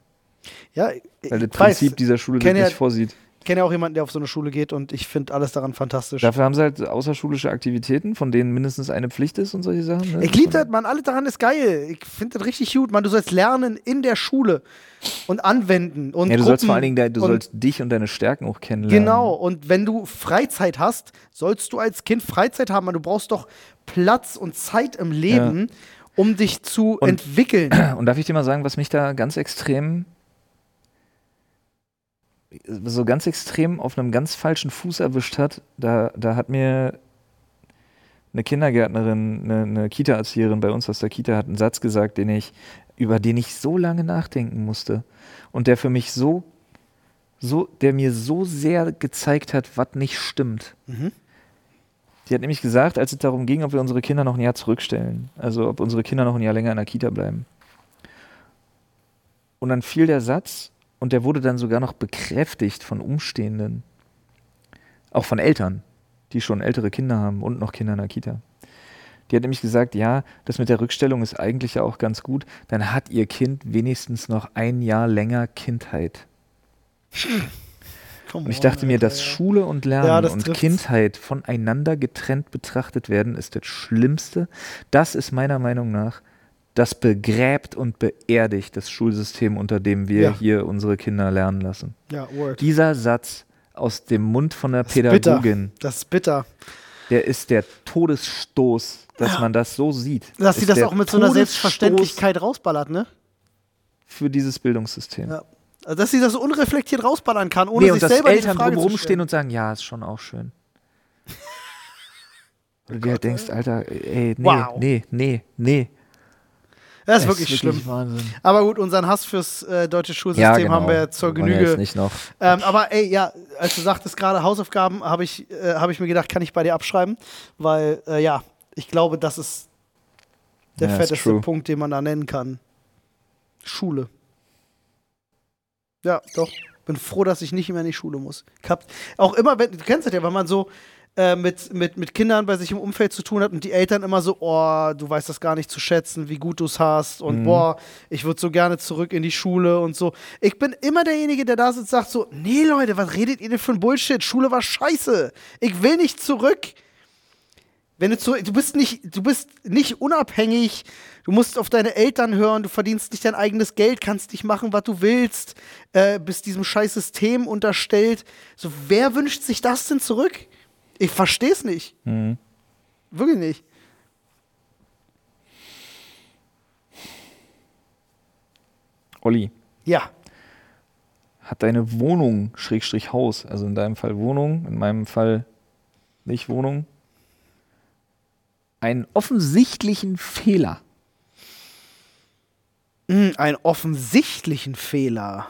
Ja, ich, Weil das ich Prinzip weiß, dieser Schule das kenn ja- nicht vorsieht. kenne ja auch jemanden, der auf so eine Schule geht und ich finde alles daran fantastisch. Dafür haben sie halt außerschulische Aktivitäten, von denen mindestens eine Pflicht ist und solche Sachen. Ne? Ich liebe das, Mann. Alles daran ist geil. Ich finde das richtig gut, Mann. Du sollst lernen in der Schule und anwenden. Und Ja, du sollst Gruppen vor allen Dingen, de- du und, sollst dich und deine Stärken auch kennenlernen. Genau. Und wenn du Freizeit hast, sollst du als Kind Freizeit haben. Mann. Du brauchst doch Platz und Zeit im Leben, um dich zu entwickeln. Und darf ich dir mal sagen, was mich da ganz extrem so ganz extrem auf einem ganz falschen Fuß erwischt hat, da, da hat mir eine Kindergärtnerin, eine, eine Kita-Erzieherin bei uns aus der Kita hat einen Satz gesagt, den ich, über den ich so lange nachdenken musste. Und der für mich so, so, der mir so sehr gezeigt hat, was nicht stimmt. Die hat nämlich gesagt, als es darum ging, ob wir unsere Kinder noch ein Jahr zurückstellen, also ob unsere Kinder noch ein Jahr länger in der Kita bleiben. Und dann fiel der Satz und der wurde dann sogar noch bekräftigt von Umstehenden, auch von Eltern, die schon ältere Kinder haben und noch Kinder in der Kita. Die hat nämlich gesagt, ja, das mit der Rückstellung ist eigentlich ja auch ganz gut, dann hat ihr Kind wenigstens noch ein Jahr länger Kindheit. Come Und ich on, dachte mir, Alter, dass ja. Schule und Lernen Ja, das und trifft's. Kindheit voneinander getrennt betrachtet werden, ist das Schlimmste. Das ist meiner Meinung nach, das begräbt und beerdigt das Schulsystem, unter dem wir Ja. hier unsere Kinder lernen lassen. Ja, Word. Dieser Satz aus dem Mund von der Das ist Pädagogin, bitter. Das ist bitter. der ist der Todesstoß, dass man das so sieht. Dass Ist sie das der auch mit so einer Todesstoß Selbstverständlichkeit rausballert, ne? für dieses Bildungssystem. Ja. Also, dass sie das so unreflektiert rausballern kann, ohne nee, und sich dass selber Eltern die Frage drumherum zu stehen stellen. und sagen, ja, ist schon auch schön. Und du dir halt denkst, Alter, ey, nee, Oh Wow. nee, nee, nee. Das ist Das wirklich schlimm. Wahnsinn. Aber gut, unseren Hass fürs äh, deutsche Schulsystem Ja, genau. haben wir ja zur Wollen wir Jetzt Genüge. nicht noch. Ähm, aber ey, ja, als du sagtest gerade Hausaufgaben, habe ich, äh, hab ich mir gedacht, kann ich bei dir abschreiben, weil äh, ja, ich glaube, das ist der Ja, ist fetteste true. Punkt, den man da nennen kann. Schule. Ja, doch. Bin froh, dass ich nicht mehr in die Schule muss. Ich hab, auch immer, wenn, du kennst das ja, wenn man so äh, mit, mit, mit Kindern bei sich im Umfeld zu tun hat und die Eltern immer so, oh, du weißt das gar nicht zu schätzen, wie gut du es hast und boah, ich würde so gerne zurück in die Schule und so. Ich bin immer derjenige, der da sitzt und sagt so, nee Leute, was redet ihr denn für ein Bullshit? Schule war scheiße. Ich will nicht zurück. Wenn du zurück, du bist nicht, du bist nicht unabhängig. Du musst auf deine Eltern hören. Du verdienst nicht dein eigenes Geld, kannst nicht machen, was du willst. Äh, bist diesem scheiß System unterstellt. So, wer wünscht sich das denn zurück? Ich verstehe es nicht. Wirklich nicht. Olli, Ja. hat deine Wohnung, Schrägstrich Haus, also in deinem Fall Wohnung, in meinem Fall nicht Wohnung, einen offensichtlichen Fehler? Hm, Einen offensichtlichen Fehler.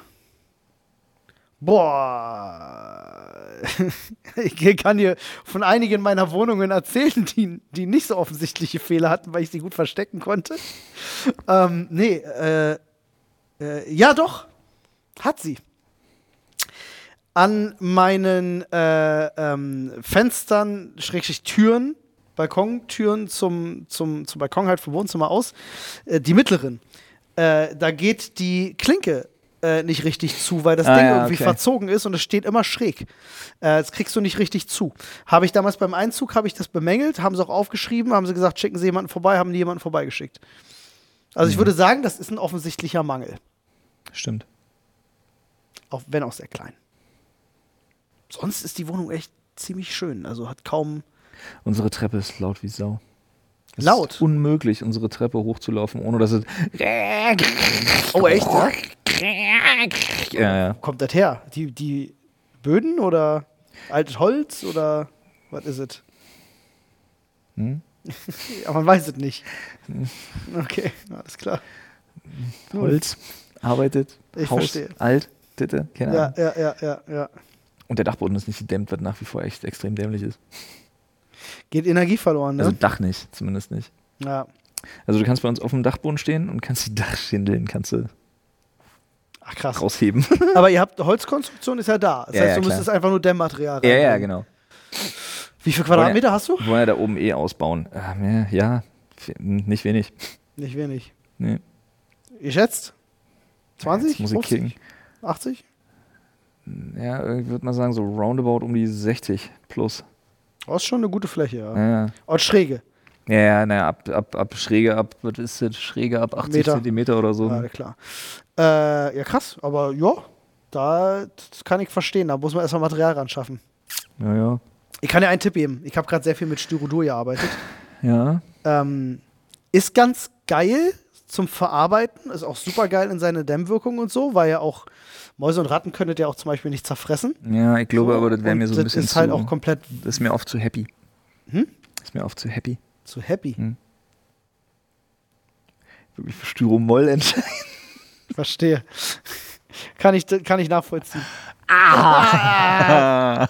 Boah. ich kann dir von einigen meiner Wohnungen erzählen, die, die nicht so offensichtliche Fehler hatten, weil ich sie gut verstecken konnte. Ähm, nee, äh, äh, ja doch, hat sie. An meinen äh, ähm, Fenstern, Schrägstrich Türen, Balkontüren zum, zum, zum Balkon halt vom Wohnzimmer aus, äh, die mittleren, äh, da geht die Klinke äh, nicht richtig zu, weil das Ah, Ding ja, irgendwie okay. verzogen ist und es steht immer schräg. Äh, das kriegst du nicht richtig zu. Habe ich damals beim Einzug, habe ich das bemängelt, haben sie auch aufgeschrieben, haben sie gesagt, schicken sie jemanden vorbei, haben die jemanden vorbeigeschickt. Also Mhm. ich würde sagen, das ist ein offensichtlicher Mangel, Stimmt. auch wenn auch sehr klein. Sonst ist die Wohnung echt ziemlich schön, also hat kaum Unsere Treppe ist laut wie Sau. Es Laut? Ist unmöglich, unsere Treppe hochzulaufen, ohne dass es. Oh echt? Ja? Ja, ja. kommt das her? Die, die Böden oder altes Holz oder was ist es? Hm? ja, man weiß es nicht. Okay, alles klar. Holz arbeitet, Ich Haus, verstehe. alt, Titte, keine Ja, Ahnung. ja, ja, ja, ja. Und der Dachboden ist nicht gedämmt, was nach wie vor echt extrem dämlich ist. Geht Energie verloren, ne? Also Dach nicht, zumindest nicht. ja. Also du kannst bei uns auf dem Dachboden stehen und kannst die Dachschindeln kannst du Ach krass. rausheben. Aber ihr habt Holzkonstruktion ist ja da. Das Ja, heißt, ja, du klar. müsstest einfach nur Dämmmaterial rein. ja, ja, genau. Wie viel Quadratmeter hast du? Wir wollen ja da oben eh ausbauen. Ah, mehr, ja, f- nicht wenig. Nicht wenig. Nee. Ihr schätzt? 20? Jetzt muss ich 50? kicken. 80? Ja, ich würde mal sagen, so roundabout um die 60 plus. Das Oh, ist schon eine gute Fläche, ja. Ja, ja. Und schräge. Ja, ja, naja, ab, ab, ab Schräge, ab, was ist das? Schräge ab 80 Meter. Zentimeter oder so. Ja, klar. Äh, ja, krass, aber ja, da das kann ich verstehen. Da muss man erstmal Material ran schaffen. Ja, ja. Ich kann dir einen Tipp geben. Ich habe gerade sehr viel mit Styrodur gearbeitet. Ja. Ähm, ist ganz geil zum Verarbeiten, ist auch super geil in seine Dämmwirkung und so, weil ja auch Mäuse und Ratten könntet ihr auch zum Beispiel nicht zerfressen. Ja, ich glaube aber, das wäre Und mir so ein bisschen ist halt zu, auch komplett das ist mir oft zu happy. Hm? Ist mir oft zu happy. zu happy. Wirklich für Styromoll entscheiden. Ich verstehe. kann, ich, kann ich nachvollziehen. Ah.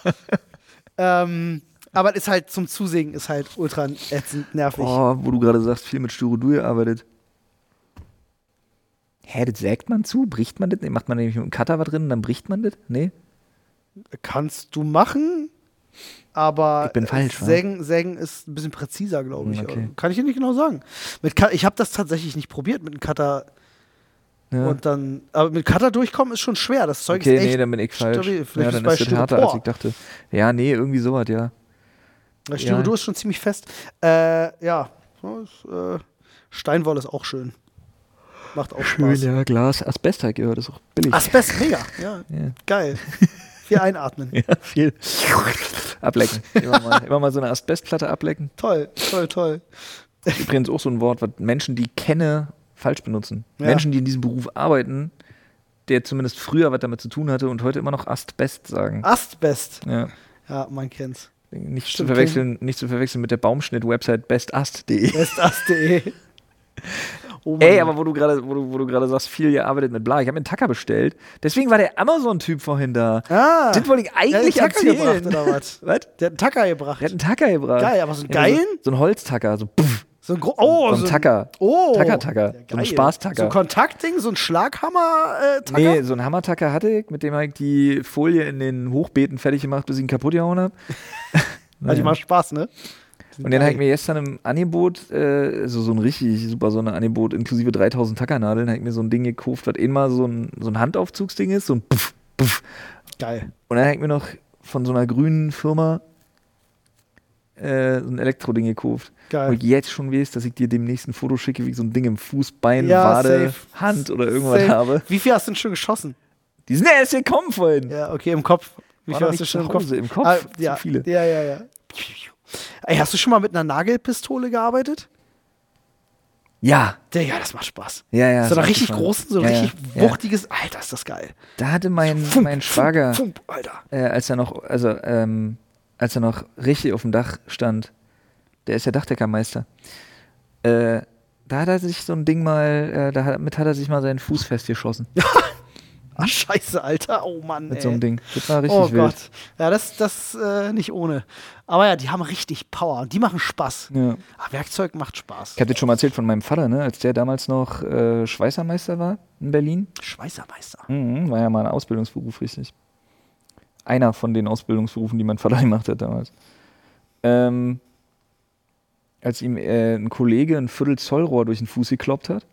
ähm, aber ist halt zum Zusehen ist halt ultra ätzend nervig. Oh, wo du gerade sagst, viel mit Styrodur gearbeitet. Hä, das sägt man zu? Bricht man das? Nee, macht man nämlich mit dem Cutter was drin und dann bricht man das? Nee? Kannst du machen, aber Ich bin falsch, wa? sägen, sägen ist ein bisschen präziser, glaube ich. Okay. Also, Kann ich dir nicht genau sagen. Mit Cut- ich habe das tatsächlich nicht probiert mit einem Cutter Ja. und dann. Aber mit Cutter durchkommen ist schon schwer. Das Oh, Zeug Ne? okay, ist echt. nee, dann bin ich falsch. Styro- vielleicht ja, ist dann bei ist das härter, als Styropor. ich dachte. Ja, nee, irgendwie sowas, ja. Nee, Styrodur ist schon ziemlich fest. Äh, ja. So, ist, äh, Steinwolle ist auch schön. Macht auch Spaß. ja, Glas. Asbest habe ich gehört, ist auch billig. Asbest, mega. Ja, Ja. Geil. Viel einatmen. Ja, viel. Ablecken. Immer mal, immer mal so eine Asbestplatte ablecken. Toll, toll, toll. Übrigens auch so ein Wort, was Menschen, die ich kenne, falsch benutzen. Ja. Menschen, die in diesem Beruf arbeiten, der zumindest früher was damit zu tun hatte und heute immer noch Astbest sagen. Astbest. Ja. Ja, man kennt's. Nicht, Stimmt, zu verwechseln, nicht zu verwechseln mit der Baumschnitt-Website bestast.de. Bestast.de. Oh Mann. Ey, aber wo du gerade, wo du, wo du gerade sagst, viel gearbeitet mit bla, ich habe mir einen Tacker bestellt. Deswegen war der Amazon-Typ vorhin da. Ah, Das wollte ich der hat eigentlich einen Tacker erzählen. gebracht oder was? was? Der hat einen Tacker Der hat gebracht. einen Tacker gebracht. Geil, aber so einen Ja, so- geilen? So einen Holztacker, so pff, So ein, gro- oh, so ein Tacker. Oh, Tacker, Tacker. So ein geil. Spaßtacker. So ein Kontaktding, so ein Schlaghammer-Tacker. Nee, so einen Hammertacker hatte ich, mit dem habe ich die Folie in den Hochbeeten fertig gemacht, bis ich ihn kaputt gehauen habe. Hat die macht Spaß, ne? Und den habe ich mir gestern im Angebot, äh, so, so ein richtig super Sonderangebot, inklusive 3000 Tackernadeln, habe ich mir so ein Ding gekauft, was eh mal so ein, so ein Handaufzugsding ist, so ein Puff, Puff. Geil. Und dann habe ich mir noch von so einer grünen Firma äh, so ein Elektroding gekauft. Geil. Wo ich jetzt schon weiß, dass ich dir demnächst ein Foto schicke, wie ich so ein Ding im Fuß, Bein, Ja, Wade, safe. Hand oder irgendwas Safe. habe. Wie viel hast du denn schon geschossen? Die sind ja erst gekommen vorhin. Ja, okay, im Kopf. Wie War viel noch hast du nicht schon im zu Kopf? Hause, im Kopf, Ah, zu ja, viele. Ja, ja, ja. Ey, hast du schon mal mit einer Nagelpistole gearbeitet? ja. Digga, das macht Spaß. Ja, ja, So das einer macht richtig Spaß. großen, so ein Ja, ja, richtig ja. wuchtiges. Alter, ist das geil. Da hatte mein, Fump, mein fump, Schwager, fump, Alter. äh, als er noch, also ähm, als er noch richtig auf dem Dach stand, der ist ja Dachdeckermeister, äh, da hat er sich so ein Ding mal, äh, damit hat er sich mal seinen Fuß festgeschossen. Ah, scheiße, Alter. Oh Mann. mit ey. so einem Ding. Das war richtig Oh wild. Gott. Ja, das das äh, nicht ohne. Aber ja, die haben richtig Power und die machen Spaß. Ja. Ah, Werkzeug macht Spaß. Ich habe dir schon mal erzählt von meinem Vater, ne? als der damals noch äh, Schweißermeister war in Berlin. Schweißermeister. Mhm, war ja mal ein Ausbildungsberuf, richtig. Einer von den Ausbildungsberufen, die mein Vater gemacht hat damals. Ähm, als ihm äh, ein Kollege ein Viertel Zollrohr durch den Fuß gekloppt hat.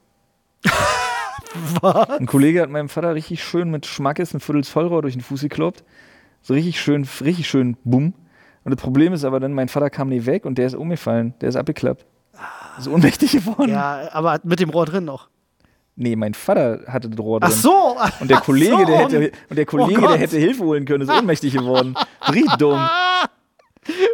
Ein Kollege hat meinem Vater richtig schön mit Schmackes ein Viertel Zollrohr durch den Fuß gekloppt. So richtig schön, richtig schön bumm. Und das Problem ist aber dann, mein Vater kam nie weg und der ist umgefallen. Der ist abgeklappt. Ist ohnmächtig geworden. Ah. Ja, aber mit dem Rohr drin noch. Nee, mein Vater hatte das Rohr drin. Ach so. Und der Kollege, Ach so. der hätte, und der Kollege, Oh Gott. der hätte Hilfe holen können, ist ohnmächtig geworden. Richtig dumm.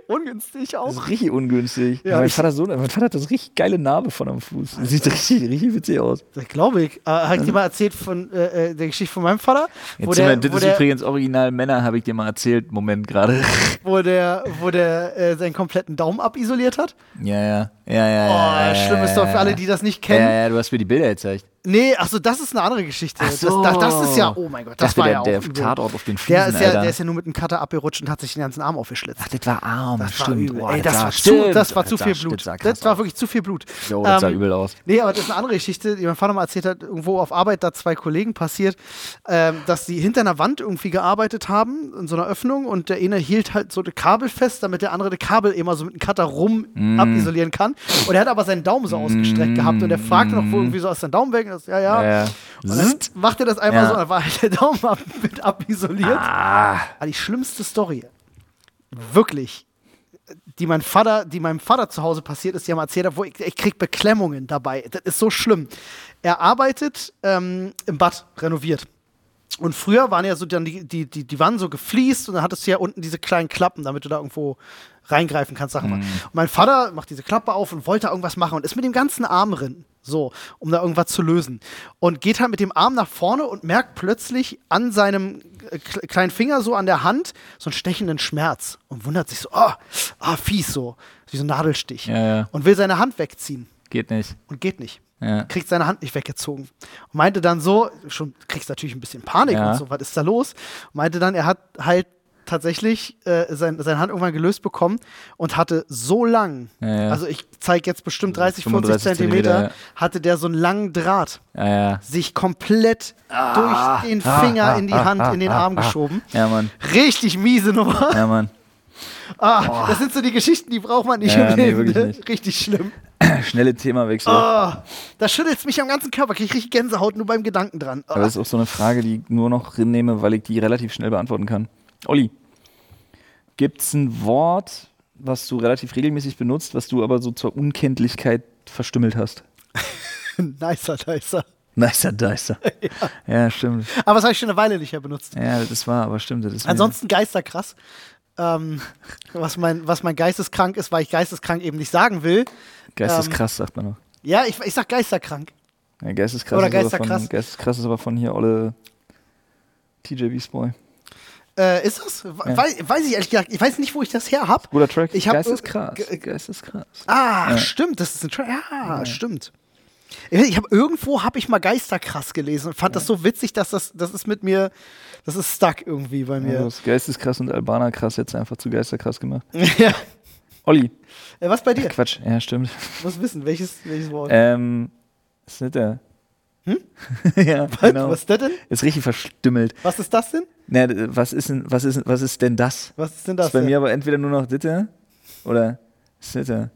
Ungünstig Das auch. ist richtig ungünstig. Ja, Ja, mein, ich- Vater so, mein Vater hat das richtig geile Narbe von am Fuß. Das sieht richtig, richtig witzig aus. Das glaube ich. Äh, Habe ich dir mal erzählt von äh, äh, der Geschichte von meinem Vater? Wo Mhm. Jetzt der, sind wir, wo das ist der, übrigens original Männer, habe ich dir mal erzählt. Moment gerade. wo der, wo der äh, seinen kompletten Daumen abisoliert hat. Ja, ja. Ja, ja, Oh, ja. ja, schlimm ist doch für alle, die das nicht Ja, kennen. Äh. ja, ja, du hast mir die Bilder gezeigt. Nee, achso, das ist eine andere Geschichte. Ach so. das, das, das ist ja, oh mein Gott, das Dachte, war der- ja auch der übel. Tatort auf den Füßen, der ist, ja, Alter. der ist ja nur mit einem Cutter abgerutscht und hat sich den ganzen Arm aufgeschlitzt. Ach, das war arm. Das war stimmt. übel. Boah, Ey, das, war zu, stimmt. das war zu sah- viel Blut. Das sah, Das, krass war aus. wirklich zu viel Blut. Jo, das sah Ähm, übel aus. Nee, aber das ist eine andere Geschichte, die mein Vater mal erzählt hat, irgendwo auf Arbeit da zwei Kollegen passiert, ähm, dass sie hinter einer Wand irgendwie gearbeitet haben, in so einer Öffnung, und der eine hielt halt so das Kabel fest, damit der andere das Kabel immer so mit einem Cutter rum Mm. abisolieren kann. Und er hat aber seinen Daumen so ausgestreckt gehabt und er fragte noch, wo irgendwie so aus seinem Daumen weg ist. Ja, ja. Hm? Ja, ja. Und dann Zzt. macht er das einmal Ja. so, und dann war halt der Daumen ab, mit abisoliert. Ah. War die schlimmste Story. Wirklich. Die, mein Vater, die meinem Vater zu Hause passiert ist, die haben erzählt, wo ich, ich krieg Beklemmungen dabei. Das ist so schlimm. Er arbeitet ähm, im Bad, renoviert. Und früher waren ja so dann die, die, die, die waren so gefliest und dann hattest du ja unten diese kleinen Klappen, damit du da irgendwo reingreifen kannst, Sachen machen. Mhm. Und mein Vater macht diese Klappe auf und wollte da irgendwas machen und ist mit dem ganzen Arm drin, so, um da irgendwas zu lösen. Und geht halt mit dem Arm nach vorne und merkt plötzlich an seinem äh, kle- kleinen Finger so an der Hand so einen stechenden Schmerz und wundert sich so, oh, ah, fies so, wie so ein Nadelstich. Ja, ja. Und will seine Hand wegziehen Geht nicht. und geht nicht. Ja. Kriegt seine Hand nicht weggezogen. Und meinte dann so, schon kriegst natürlich ein bisschen Panik Ja. und so, was ist da los? Meinte dann, er hat halt tatsächlich äh, sein, seine Hand irgendwann gelöst bekommen und hatte so lang, Ja, ja. also ich zeige jetzt bestimmt 30, 40 35 Zentimeter, Zentimeter, ja. hatte der so einen langen Draht Ja, ja. sich komplett Ah. durch den Finger in die Hand, in den Arm geschoben. Ja, Mann. Richtig miese Nummer. Ja, Mann. Ah, das sind so die Geschichten, die braucht man nicht Ja, im nee, Leben. wirklich ne? nicht. Richtig schlimm. Schnelle Themawechsel. Ah, da schüttelt's mich am ganzen Körper, krieg ich richtig Gänsehaut nur beim Gedanken dran. Ah. Aber das ist auch so eine Frage, die ich nur noch rinnehme, weil ich die relativ schnell beantworten kann. Olli, gibt's ein Wort, was du relativ regelmäßig benutzt, was du aber so zur Unkenntlichkeit verstümmelt hast? nicer, nicer. Nicer Dicer. ja. stimmt. Aber das habe ich schon eine Weile nicht mehr benutzt. Ja, das war, aber stimmt. Das ist mir- Ansonsten geisterkrass. Ähm, was, mein, was mein geisteskrank ist, weil ich geisteskrank eben nicht sagen will. Geisteskrass, ähm, sagt man noch. Ja, ich, ich sag geisterkrank. Ja, Geisteskrass, Oder ist aber Geisterkrass. Von, Geisteskrass ist aber von hier Olle TJ Beast Boy. Äh, ist das? We- Weiß, weiß ich ehrlich gesagt, ich weiß nicht, wo ich das her hab. Guter Track. Ich hab- Geisteskrass. Ge- Geisteskrass. Ah, stimmt, das ist ein Tra Ja, stimmt. Ich habe irgendwo habe ich mal Geisterkrass gelesen und fand das so witzig, dass das das ist mit mir, das ist stuck irgendwie bei Ja. Du mir. hast Also, Geisteskrass und Albanerkrass jetzt einfach zu Geisterkrass gemacht. Ja. Olli, Äh, Was bei dir? Quatsch, ja, stimmt. Ich muss wissen, welches, welches Wort. Ähm, ist nicht der. Hm? ja, genau. Was ist das denn? Ist richtig verstümmelt. Was ist das denn? Na, d- was ist denn, was ist, was ist denn das? Was ist denn Das das? ist bei denn? mir aber entweder nur noch Ditte oder Sitte.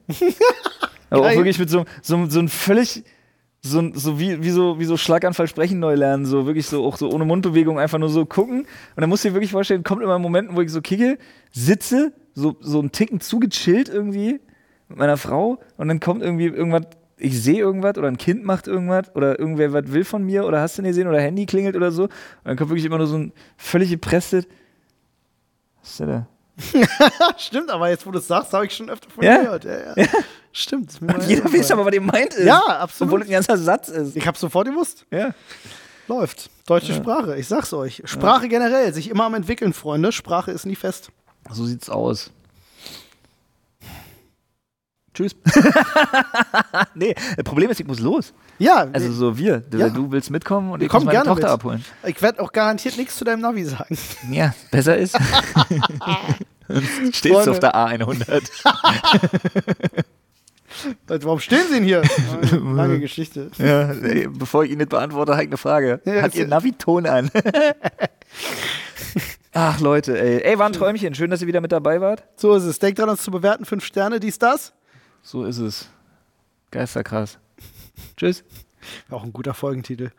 aber auch Geil. wirklich mit so, so, so ein völlig, so, ein- so wie, wie so wie so Schlaganfall sprechen neu lernen, so wirklich so auch so ohne Mundbewegung einfach nur so gucken. Und dann musst du dir wirklich vorstellen, kommt immer ein Moment, wo ich so kicke, sitze, so, so einen Ticken zugechillt irgendwie mit meiner Frau und dann kommt irgendwie irgendwas. Ich sehe irgendwas oder ein Kind macht irgendwas oder irgendwer was will von mir oder hast du nicht gesehen oder Handy klingelt oder so. Und dann kommt wirklich immer nur so ein völlig gepresstes. Was ist denn da? Stimmt, aber jetzt, wo du es sagst, habe ich schon öfter von Ja. dir gehört. Ja, ja. Stimmt. ist mir mal Jeder weiß eingefallen. aber, was er meint ist. Ja, absolut. Obwohl das ein ganzer Satz ist. Ich habe sofort gewusst. Ja. Läuft. Deutsche Sprache, ich sag's euch. Sprache generell, sich immer am entwickeln, Freunde. Sprache ist nie fest. So sieht's aus. Tschüss. nee, das Problem ist, ich muss los. Ja, Also nee. so wir. Du, Ja. du willst mitkommen und ich Komm muss meine gerne Tochter abholen. mit. ich werde auch garantiert nichts zu deinem Navi sagen. Ja, besser ist. Stehst Freunde. du auf der A100. Warum stehen sie denn hier? Lange Geschichte. Ja, ey, bevor ich ihn nicht beantworte, habe ich eine Frage. Ja, Hat ist- ihr Navi-Ton an? Ach, Leute, ey. Ey, war ein Träumchen. Schön, dass ihr wieder mit dabei wart. So ist es. Denkt dran, uns zu bewerten. Fünf Sterne, dies, das. So ist es. Geisterkrass. Tschüss. Auch ein guter Folgentitel.